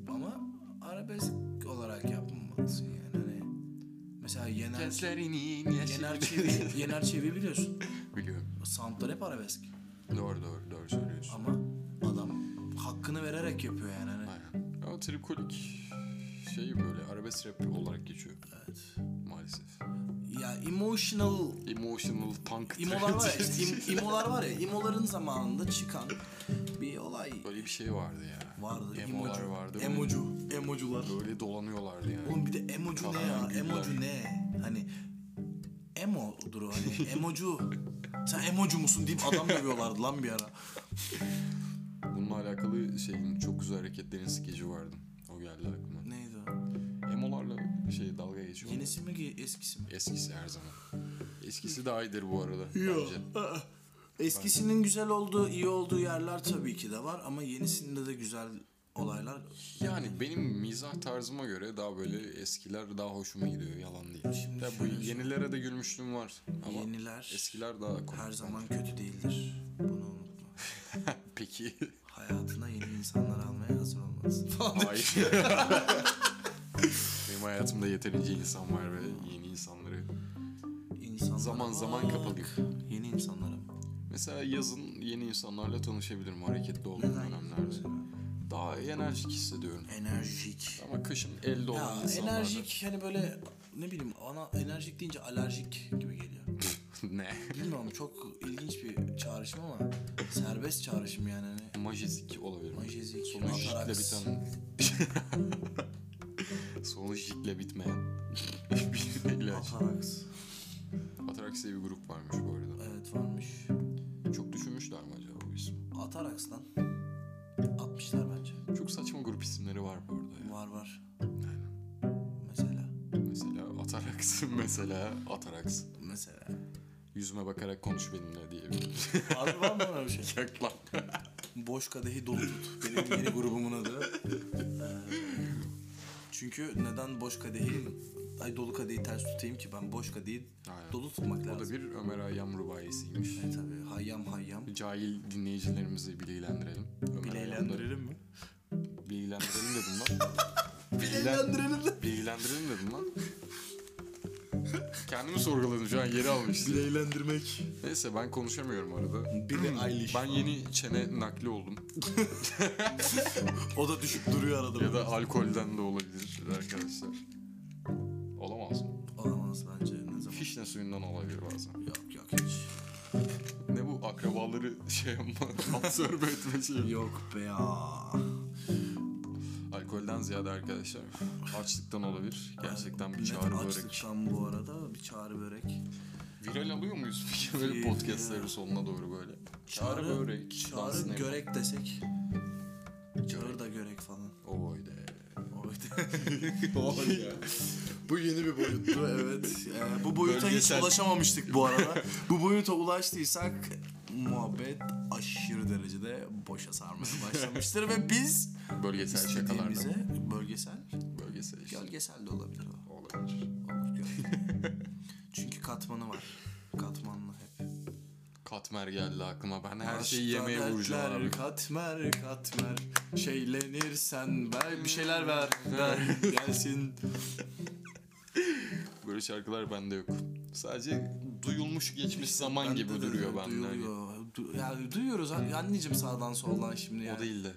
Speaker 1: Ama arabesk olarak yapmamalısın yani. Hani mesela Yener,
Speaker 2: Gençlerinin
Speaker 1: Yener Çevi, Yener Çevi biliyorsun.
Speaker 2: Biliyorum.
Speaker 1: Soundlar hep arabesk.
Speaker 2: Doğru doğru doğru söylüyorsun.
Speaker 1: Ama adam hakkını vererek yapıyor yani. Hani
Speaker 2: Aynen. Ama trip kolik şey böyle arabesk rap olarak geçiyor
Speaker 1: Evet.
Speaker 2: maalesef.
Speaker 1: Ya emotional
Speaker 2: Emotional punk.
Speaker 1: İmolar var ya, işte,
Speaker 2: şey.
Speaker 1: im- imolar var ya, imoların zamanında çıkan bir olay
Speaker 2: Böyle bir şey vardı ya.
Speaker 1: vardı.
Speaker 2: Emolar
Speaker 1: emocu.
Speaker 2: vardı. Böyle-
Speaker 1: Emocu, emocular.
Speaker 2: Böyle dolanıyorlardı yani.
Speaker 1: Oğlum bir de emocu ne
Speaker 2: Kanayan
Speaker 1: ya?
Speaker 2: güller.
Speaker 1: Emocu ne? Hani emodur o hani emocu. Sen emocu musun deyip adam dövüyorlardı lan bir ara.
Speaker 2: Bununla alakalı şeyin çok güzel hareketlerin skeci vardı. O geldi aklıma.
Speaker 1: Neydi o?
Speaker 2: Emolarla şey dalga geçiyor.
Speaker 1: Yenisi mi ki eskisi mi?
Speaker 2: Eskisi her zaman. Eskisi daha iyidir bu arada.
Speaker 1: Yok.
Speaker 2: Bence.
Speaker 1: aa. Eskisinin güzel olduğu, iyi olduğu yerler tabii ki de var ama yenisinde de güzel olaylar.
Speaker 2: Yani benim mizah tarzıma göre daha böyle eskiler daha hoşuma gidiyor yalan değil.
Speaker 1: Şimdi
Speaker 2: Ya bu
Speaker 1: şöyle-
Speaker 2: yenilere de gülmüşlüğüm var ama
Speaker 1: Yeniler
Speaker 2: eskiler daha komik.
Speaker 1: her zaman kötü değildir. Bunu unutma.
Speaker 2: Peki.
Speaker 1: Hayatına yeni insanlar almaya hazır olmalısın.
Speaker 2: Hayır. benim hayatımda yeterince insan var ve yeni insanları
Speaker 1: İnsanlara
Speaker 2: zaman zaman
Speaker 1: bak.
Speaker 2: kapalıyım.
Speaker 1: Yeni insanlara bak.
Speaker 2: Mesela yazın yeni insanlarla tanışabilirim hareketli olduğum dönemlerde. Daha enerjik hissediyorum.
Speaker 1: Enerjik.
Speaker 2: Ama kışın elde olan
Speaker 1: Ya
Speaker 2: insanlarla.
Speaker 1: enerjik hani böyle ne bileyim ana enerjik deyince alerjik gibi geliyor.
Speaker 2: ne?
Speaker 1: Bilmiyorum çok ilginç bir çağrışım ama serbest çağrışım yani. Hani
Speaker 2: Majezik olabilir.
Speaker 1: Majezik,
Speaker 2: Sonu jikle
Speaker 1: ataraks.
Speaker 2: biten. Sonu jikle bitmeyen. bir ilaç.
Speaker 1: Ataraks.
Speaker 2: Atrax diye bir grup varmış bu arada.
Speaker 1: Evet varmış.
Speaker 2: Çok düşünmüşler mi acaba bu ismi?
Speaker 1: Ataraks lan. Atmışlar bence.
Speaker 2: Çok saçma grup isimleri var bu arada ya.
Speaker 1: Var var. Mesela.
Speaker 2: Mesela Atarax. Mesela Atarax.
Speaker 1: Mesela.
Speaker 2: Yüzüme bakarak konuş benimle diye bir
Speaker 1: Adı var mı öyle bir şey?
Speaker 2: yaklan.
Speaker 1: Boş kadehi dolu tut. Benim yeni grubumun adı. Ee, Çünkü neden boş kadehi, ay dolu kadehi ters tutayım ki ben boş kadehi
Speaker 2: Aynen.
Speaker 1: dolu tutmak
Speaker 2: O da
Speaker 1: lazım.
Speaker 2: bir Ömer Hayyam rubayisiymiş.
Speaker 1: E tabii hayyam hayyam.
Speaker 2: Cahil dinleyicilerimizi bilgilendirelim. Ömer Hayyam'da-
Speaker 3: mi?
Speaker 2: Bilgilendirelim dedim lan.
Speaker 1: Bileğlendirelim de.
Speaker 2: Bilgilendirelim dedim lan. Kendimi sorguladım şu an yeri almıştı.
Speaker 1: Bileğlendirmek.
Speaker 2: Neyse ben konuşamıyorum arada.
Speaker 1: Bile Eilish.
Speaker 2: Hmm, Ben yeni çene nakli oldum.
Speaker 1: O da düşüp duruyor arada.
Speaker 2: Ya da alkolden de olabilir arkadaşlar. Olamaz mı?
Speaker 1: Olamaz bence ne zaman.
Speaker 2: Fişne suyundan olabilir bazen.
Speaker 1: Yok yok hiç.
Speaker 2: Ne bu akrabaları şey yapma, absorbe etme şeyi.
Speaker 1: Yok be ya.
Speaker 2: Alkolden ziyade arkadaşlar açlıktan olabilir. Gerçekten bir
Speaker 1: Net
Speaker 2: çağrı börek.
Speaker 1: açlıktan bu arada bir çağrı börek.
Speaker 2: Viral alıyor muyuz peki böyle
Speaker 1: Viral.
Speaker 2: podcastlerin sonuna doğru böyle? Çağrı,
Speaker 1: Çağrı-
Speaker 2: börek.
Speaker 1: Çağrı
Speaker 2: dansına-
Speaker 1: görek desek. Çağrı da görek falan.
Speaker 2: Oy Oh de.
Speaker 1: bu yeni bir boyuttu evet. Ee, bu boyuta
Speaker 2: Bölgesel-
Speaker 1: hiç ulaşamamıştık bu arada. bu boyuta ulaştıysak muhabbet aşırı derecede boşa sarmaya başlamıştır ve biz
Speaker 2: Bölgesel şakalarda.
Speaker 1: istediğimize bölgesel,
Speaker 2: Bölgesel işte.
Speaker 1: gölgesel de olabilir o.
Speaker 2: Olabilir.
Speaker 1: Olur gölgesel. Çünkü katmanı var. Katmanlı hep.
Speaker 2: Katmer geldi aklıma. Ben her şeyi yemeye
Speaker 1: Aşkta
Speaker 2: vuracağım
Speaker 1: dertler
Speaker 2: abi.
Speaker 1: Katmer katmer şeylenirsen ver bir şeyler ver ver gelsin.
Speaker 2: Böyle şarkılar bende yok. Sadece duyulmuş geçmiş zaman
Speaker 1: Bende
Speaker 2: gibi
Speaker 1: de
Speaker 2: duruyor bende. hani.
Speaker 1: Duyuluyor. Du- yani duyuyoruz an- anneciğim sağdan soldan şimdi yani.
Speaker 2: O değil de.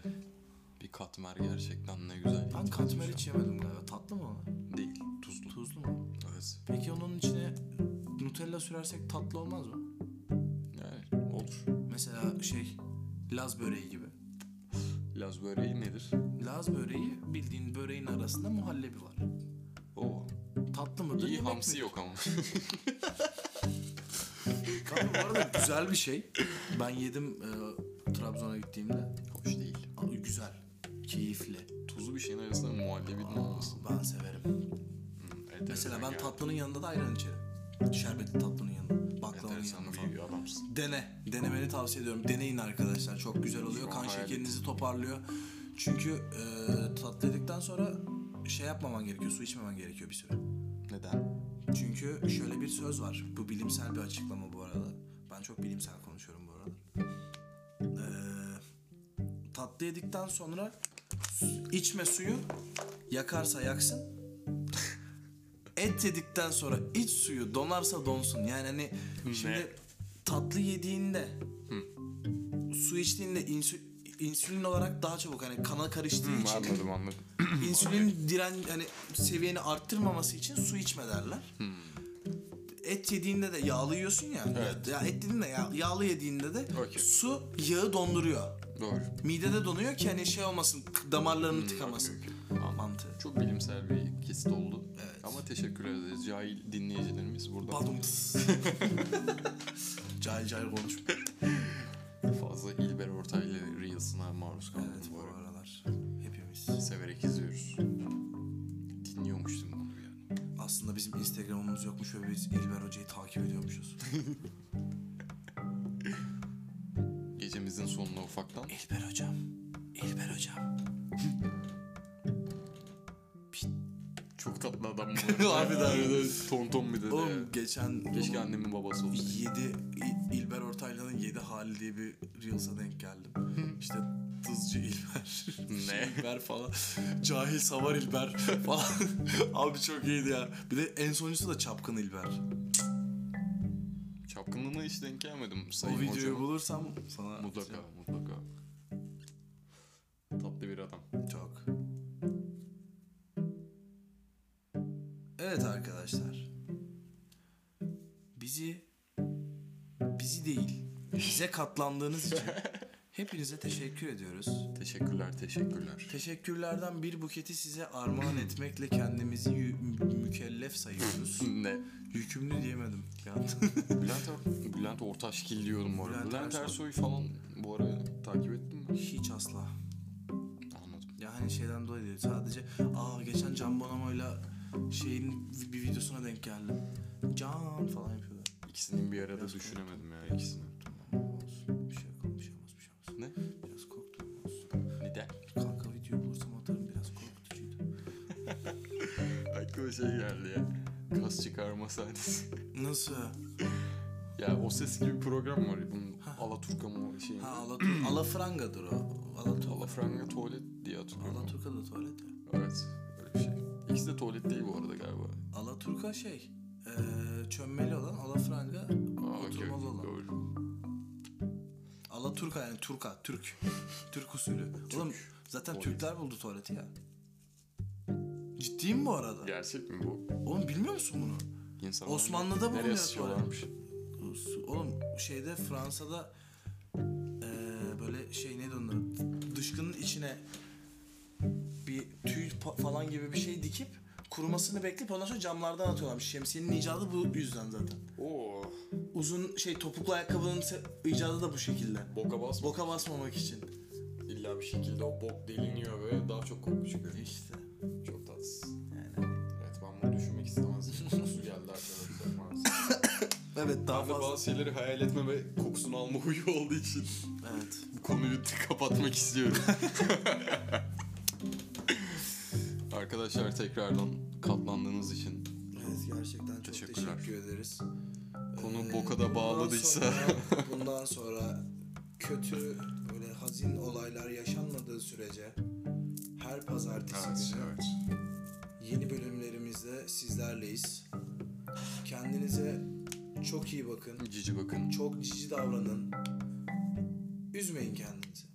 Speaker 2: Bir katmer gerçekten ne güzel.
Speaker 1: Ben
Speaker 2: yiyecek
Speaker 1: katmer
Speaker 2: olmuş
Speaker 1: hiç yemedim galiba. Tatlı mı? o?
Speaker 2: ya. Değil. Tuzlu.
Speaker 1: Tuzlu mu?
Speaker 2: Evet.
Speaker 1: Peki onun içine Nutella sürersek tatlı olmaz mı?
Speaker 2: Yani olur.
Speaker 1: Mesela şey Laz böreği gibi.
Speaker 2: Laz böreği nedir?
Speaker 1: Laz böreği bildiğin böreğin arasında muhallebi var.
Speaker 2: Oo.
Speaker 1: Tatlı mıdır?
Speaker 2: İyi
Speaker 1: yemek
Speaker 2: hamsi
Speaker 1: midir?
Speaker 2: yok ama.
Speaker 1: Kanka bu arada güzel bir şey. Ben yedim e, Trabzon'a gittiğimde.
Speaker 2: Hoş değil.
Speaker 1: Aa, Güzel. Keyifli.
Speaker 2: Tuzlu bir şeyin arasında muhallebinin olması.
Speaker 1: Ben severim.
Speaker 2: Hı, Hmm, enteresan
Speaker 1: Mesela ben
Speaker 2: geldi.
Speaker 1: tatlının yanında da ayran içerim. Şerbetli tatlının yanında. Baklavanın
Speaker 2: Enteresan
Speaker 1: yanında falan.
Speaker 2: bir şey. adamsın.
Speaker 1: Dene. Denemeni tavsiye ediyorum. Deneyin arkadaşlar. Çok güzel oluyor.
Speaker 2: an
Speaker 1: Kan
Speaker 2: hayal
Speaker 1: şekerinizi toparlıyor. Çünkü e, tatlı yedikten sonra şey yapmaman gerekiyor. Su içmemen gerekiyor bir süre.
Speaker 2: Neden?
Speaker 1: Çünkü şöyle bir söz var. Bu bilimsel bir açıklama bu arada. Ben çok bilimsel konuşuyorum bu arada. Ee, tatlı yedikten sonra su- içme suyu yakarsa yaksın. Et yedikten sonra iç suyu donarsa donsun. Yani hani şimdi tatlı yediğinde su içtiğinde insü- insülin olarak daha çabuk hani kana karıştığı için
Speaker 2: Anladım anladım.
Speaker 1: Hmm, insülin diren hani seviyeni arttırmaması için su içme derler. Et yediğinde de yağlı yiyorsun ya.
Speaker 2: Evet.
Speaker 1: Ya et dediğinde ya, yağlı yediğinde de
Speaker 2: Okey.
Speaker 1: su yağı donduruyor.
Speaker 2: Doğru.
Speaker 1: Midede donuyor ki hani şey olmasın k- damarlarını tıkamasın. Mantığı.
Speaker 2: Çok bilimsel bir kesit oldu. Ama teşekkür ederiz. Cahil dinleyicilerimiz burada
Speaker 1: Badum tıs. cahil cahil konuşma.
Speaker 2: fazla İlber Ortaylı Reels'ına maruz kaldı.
Speaker 1: Evet bu aralar hepimiz.
Speaker 2: Severek izliyoruz. Dinliyormuştum bunu yani.
Speaker 1: Aslında bizim Instagram'ımız yokmuş ve biz İlber Hoca'yı takip ediyormuşuz.
Speaker 2: Gecemizin sonuna ufaktan.
Speaker 1: İlber Hocam, İlber Hocam.
Speaker 2: Çok tatlı adam bu.
Speaker 1: Harbiden, harbiden.
Speaker 2: Ton ton bir dedi.
Speaker 1: Oğlum geçen
Speaker 2: Keşke annemin babası olsaydı.
Speaker 1: 7 İlber Ortaylı'nın 7 hali diye bir Reels'a denk geldim. işte tızcı İlber.
Speaker 2: Ne?
Speaker 1: İlber falan. Cahil savar İlber falan. Abi çok iyiydi ya. Bir de en sonuncusu da çapkın İlber.
Speaker 2: Çapkınlığına hiç denk gelmedim
Speaker 1: o
Speaker 2: sayın
Speaker 1: videoyu
Speaker 2: hocam.
Speaker 1: bulursam sana şey
Speaker 2: Mutlaka, mutlaka. Tatlı bir adam.
Speaker 1: Çok. Evet arkadaşlar. Bizi bizi değil, bize katlandığınız için hepinize teşekkür ediyoruz.
Speaker 2: Teşekkürler, teşekkürler.
Speaker 1: Teşekkürlerden bir buketi size armağan etmekle kendimizi yü- mü- mükellef sayıyoruz.
Speaker 2: Ne?
Speaker 1: Yükümlü diyemedim. bir an.
Speaker 2: Bülent, Or- Bülent Ortaşkil diyorum bu arada.
Speaker 1: Bülent
Speaker 2: Bülent,
Speaker 1: Ersoy.
Speaker 2: Ersoy falan bu ara takip ettim mi?
Speaker 1: Hiç asla.
Speaker 2: Anladım.
Speaker 1: Yani şeyden dolayı değil. Sadece aa geçen Can Bonomo'yla şeyin bir videosuna denk geldim. Can falan yapıyorlar.
Speaker 2: İkisinin bir arada
Speaker 1: Biraz
Speaker 2: düşünemedim ya ikisini.
Speaker 1: Olsun. Bir şey yok, bir şey olmaz, bir şey olmaz.
Speaker 2: Ne?
Speaker 1: Biraz korktum olsun.
Speaker 2: Neden?
Speaker 1: Kanka video bulursam atarım biraz korkutucuydu.
Speaker 2: Aklıma şey geldi ya. Kas çıkarma sahnesi.
Speaker 1: Nasıl?
Speaker 2: ya o ses gibi bir program var. ya, Bunun Alaturka mı şeyi.
Speaker 1: Ha Alatur- Alafrangadır o. Alaturka.
Speaker 2: Alafranga tuvalet diye hatırlıyorum.
Speaker 1: Alaturka da tuvalet ya.
Speaker 2: Evet. Öyle bir şey. İkisi de tuvalet değil bu arada galiba.
Speaker 1: Alaturka şey. eee çönmeli olan Alafranga
Speaker 2: Aa, okey,
Speaker 1: oturmalı olan.
Speaker 2: doğru.
Speaker 1: Alaturka yani Turka. Türk. Türk usulü. Oğlum zaten
Speaker 2: Tuvalet.
Speaker 1: Türkler buldu tuvaleti ya. Ciddiyim mi bu arada?
Speaker 2: Gerçek mi bu?
Speaker 1: Oğlum bilmiyor musun bunu?
Speaker 2: İnsanlar
Speaker 1: Osmanlı'da mı
Speaker 2: nereye
Speaker 1: bulunuyor
Speaker 2: sıçıyorlarmış?
Speaker 1: Su- Oğlum şeyde Fransa'da eee, böyle şey neydi onun adı? Dışkının içine bir tüy pa- falan gibi bir şey dikip kurumasını bekleyip ondan sonra camlardan atıyorlarmış. Şemsiyenin icadı bu yüzden zaten.
Speaker 2: Oo.
Speaker 1: Uzun şey topuklu ayakkabının se- icadı da bu şekilde.
Speaker 7: Boka basma.
Speaker 1: Boka basmamak için.
Speaker 7: İlla bir şekilde o bok deliniyor ve daha çok koku çıkıyor.
Speaker 1: İşte.
Speaker 7: Çok tatsız. Evet ben bunu düşünmek istemezdim. Kokusu geldi arkadaşlar maalesef.
Speaker 1: Evet daha
Speaker 7: Ben de
Speaker 1: fazla.
Speaker 7: bazı şeyleri hayal etme ve kokusunu alma huyu olduğu için
Speaker 1: Evet.
Speaker 2: Bu konuyu kapatmak istiyorum. Arkadaşlar tekrardan katlandığınız için
Speaker 1: Evet gerçekten çok
Speaker 2: Teşekkürler.
Speaker 1: teşekkür ederiz.
Speaker 2: konu
Speaker 1: Ee,
Speaker 2: boka
Speaker 1: bundan
Speaker 2: da bağladıysa
Speaker 1: sonra- bundan sonra kötü böyle hazin olaylar yaşanmadığı sürece her pazartesi günü yeni bölümlerimizde sizlerleyiz. Kendinize çok iyi bakın.
Speaker 2: cici bakın.
Speaker 1: Çok cici davranın. Üzmeyin kendinizi.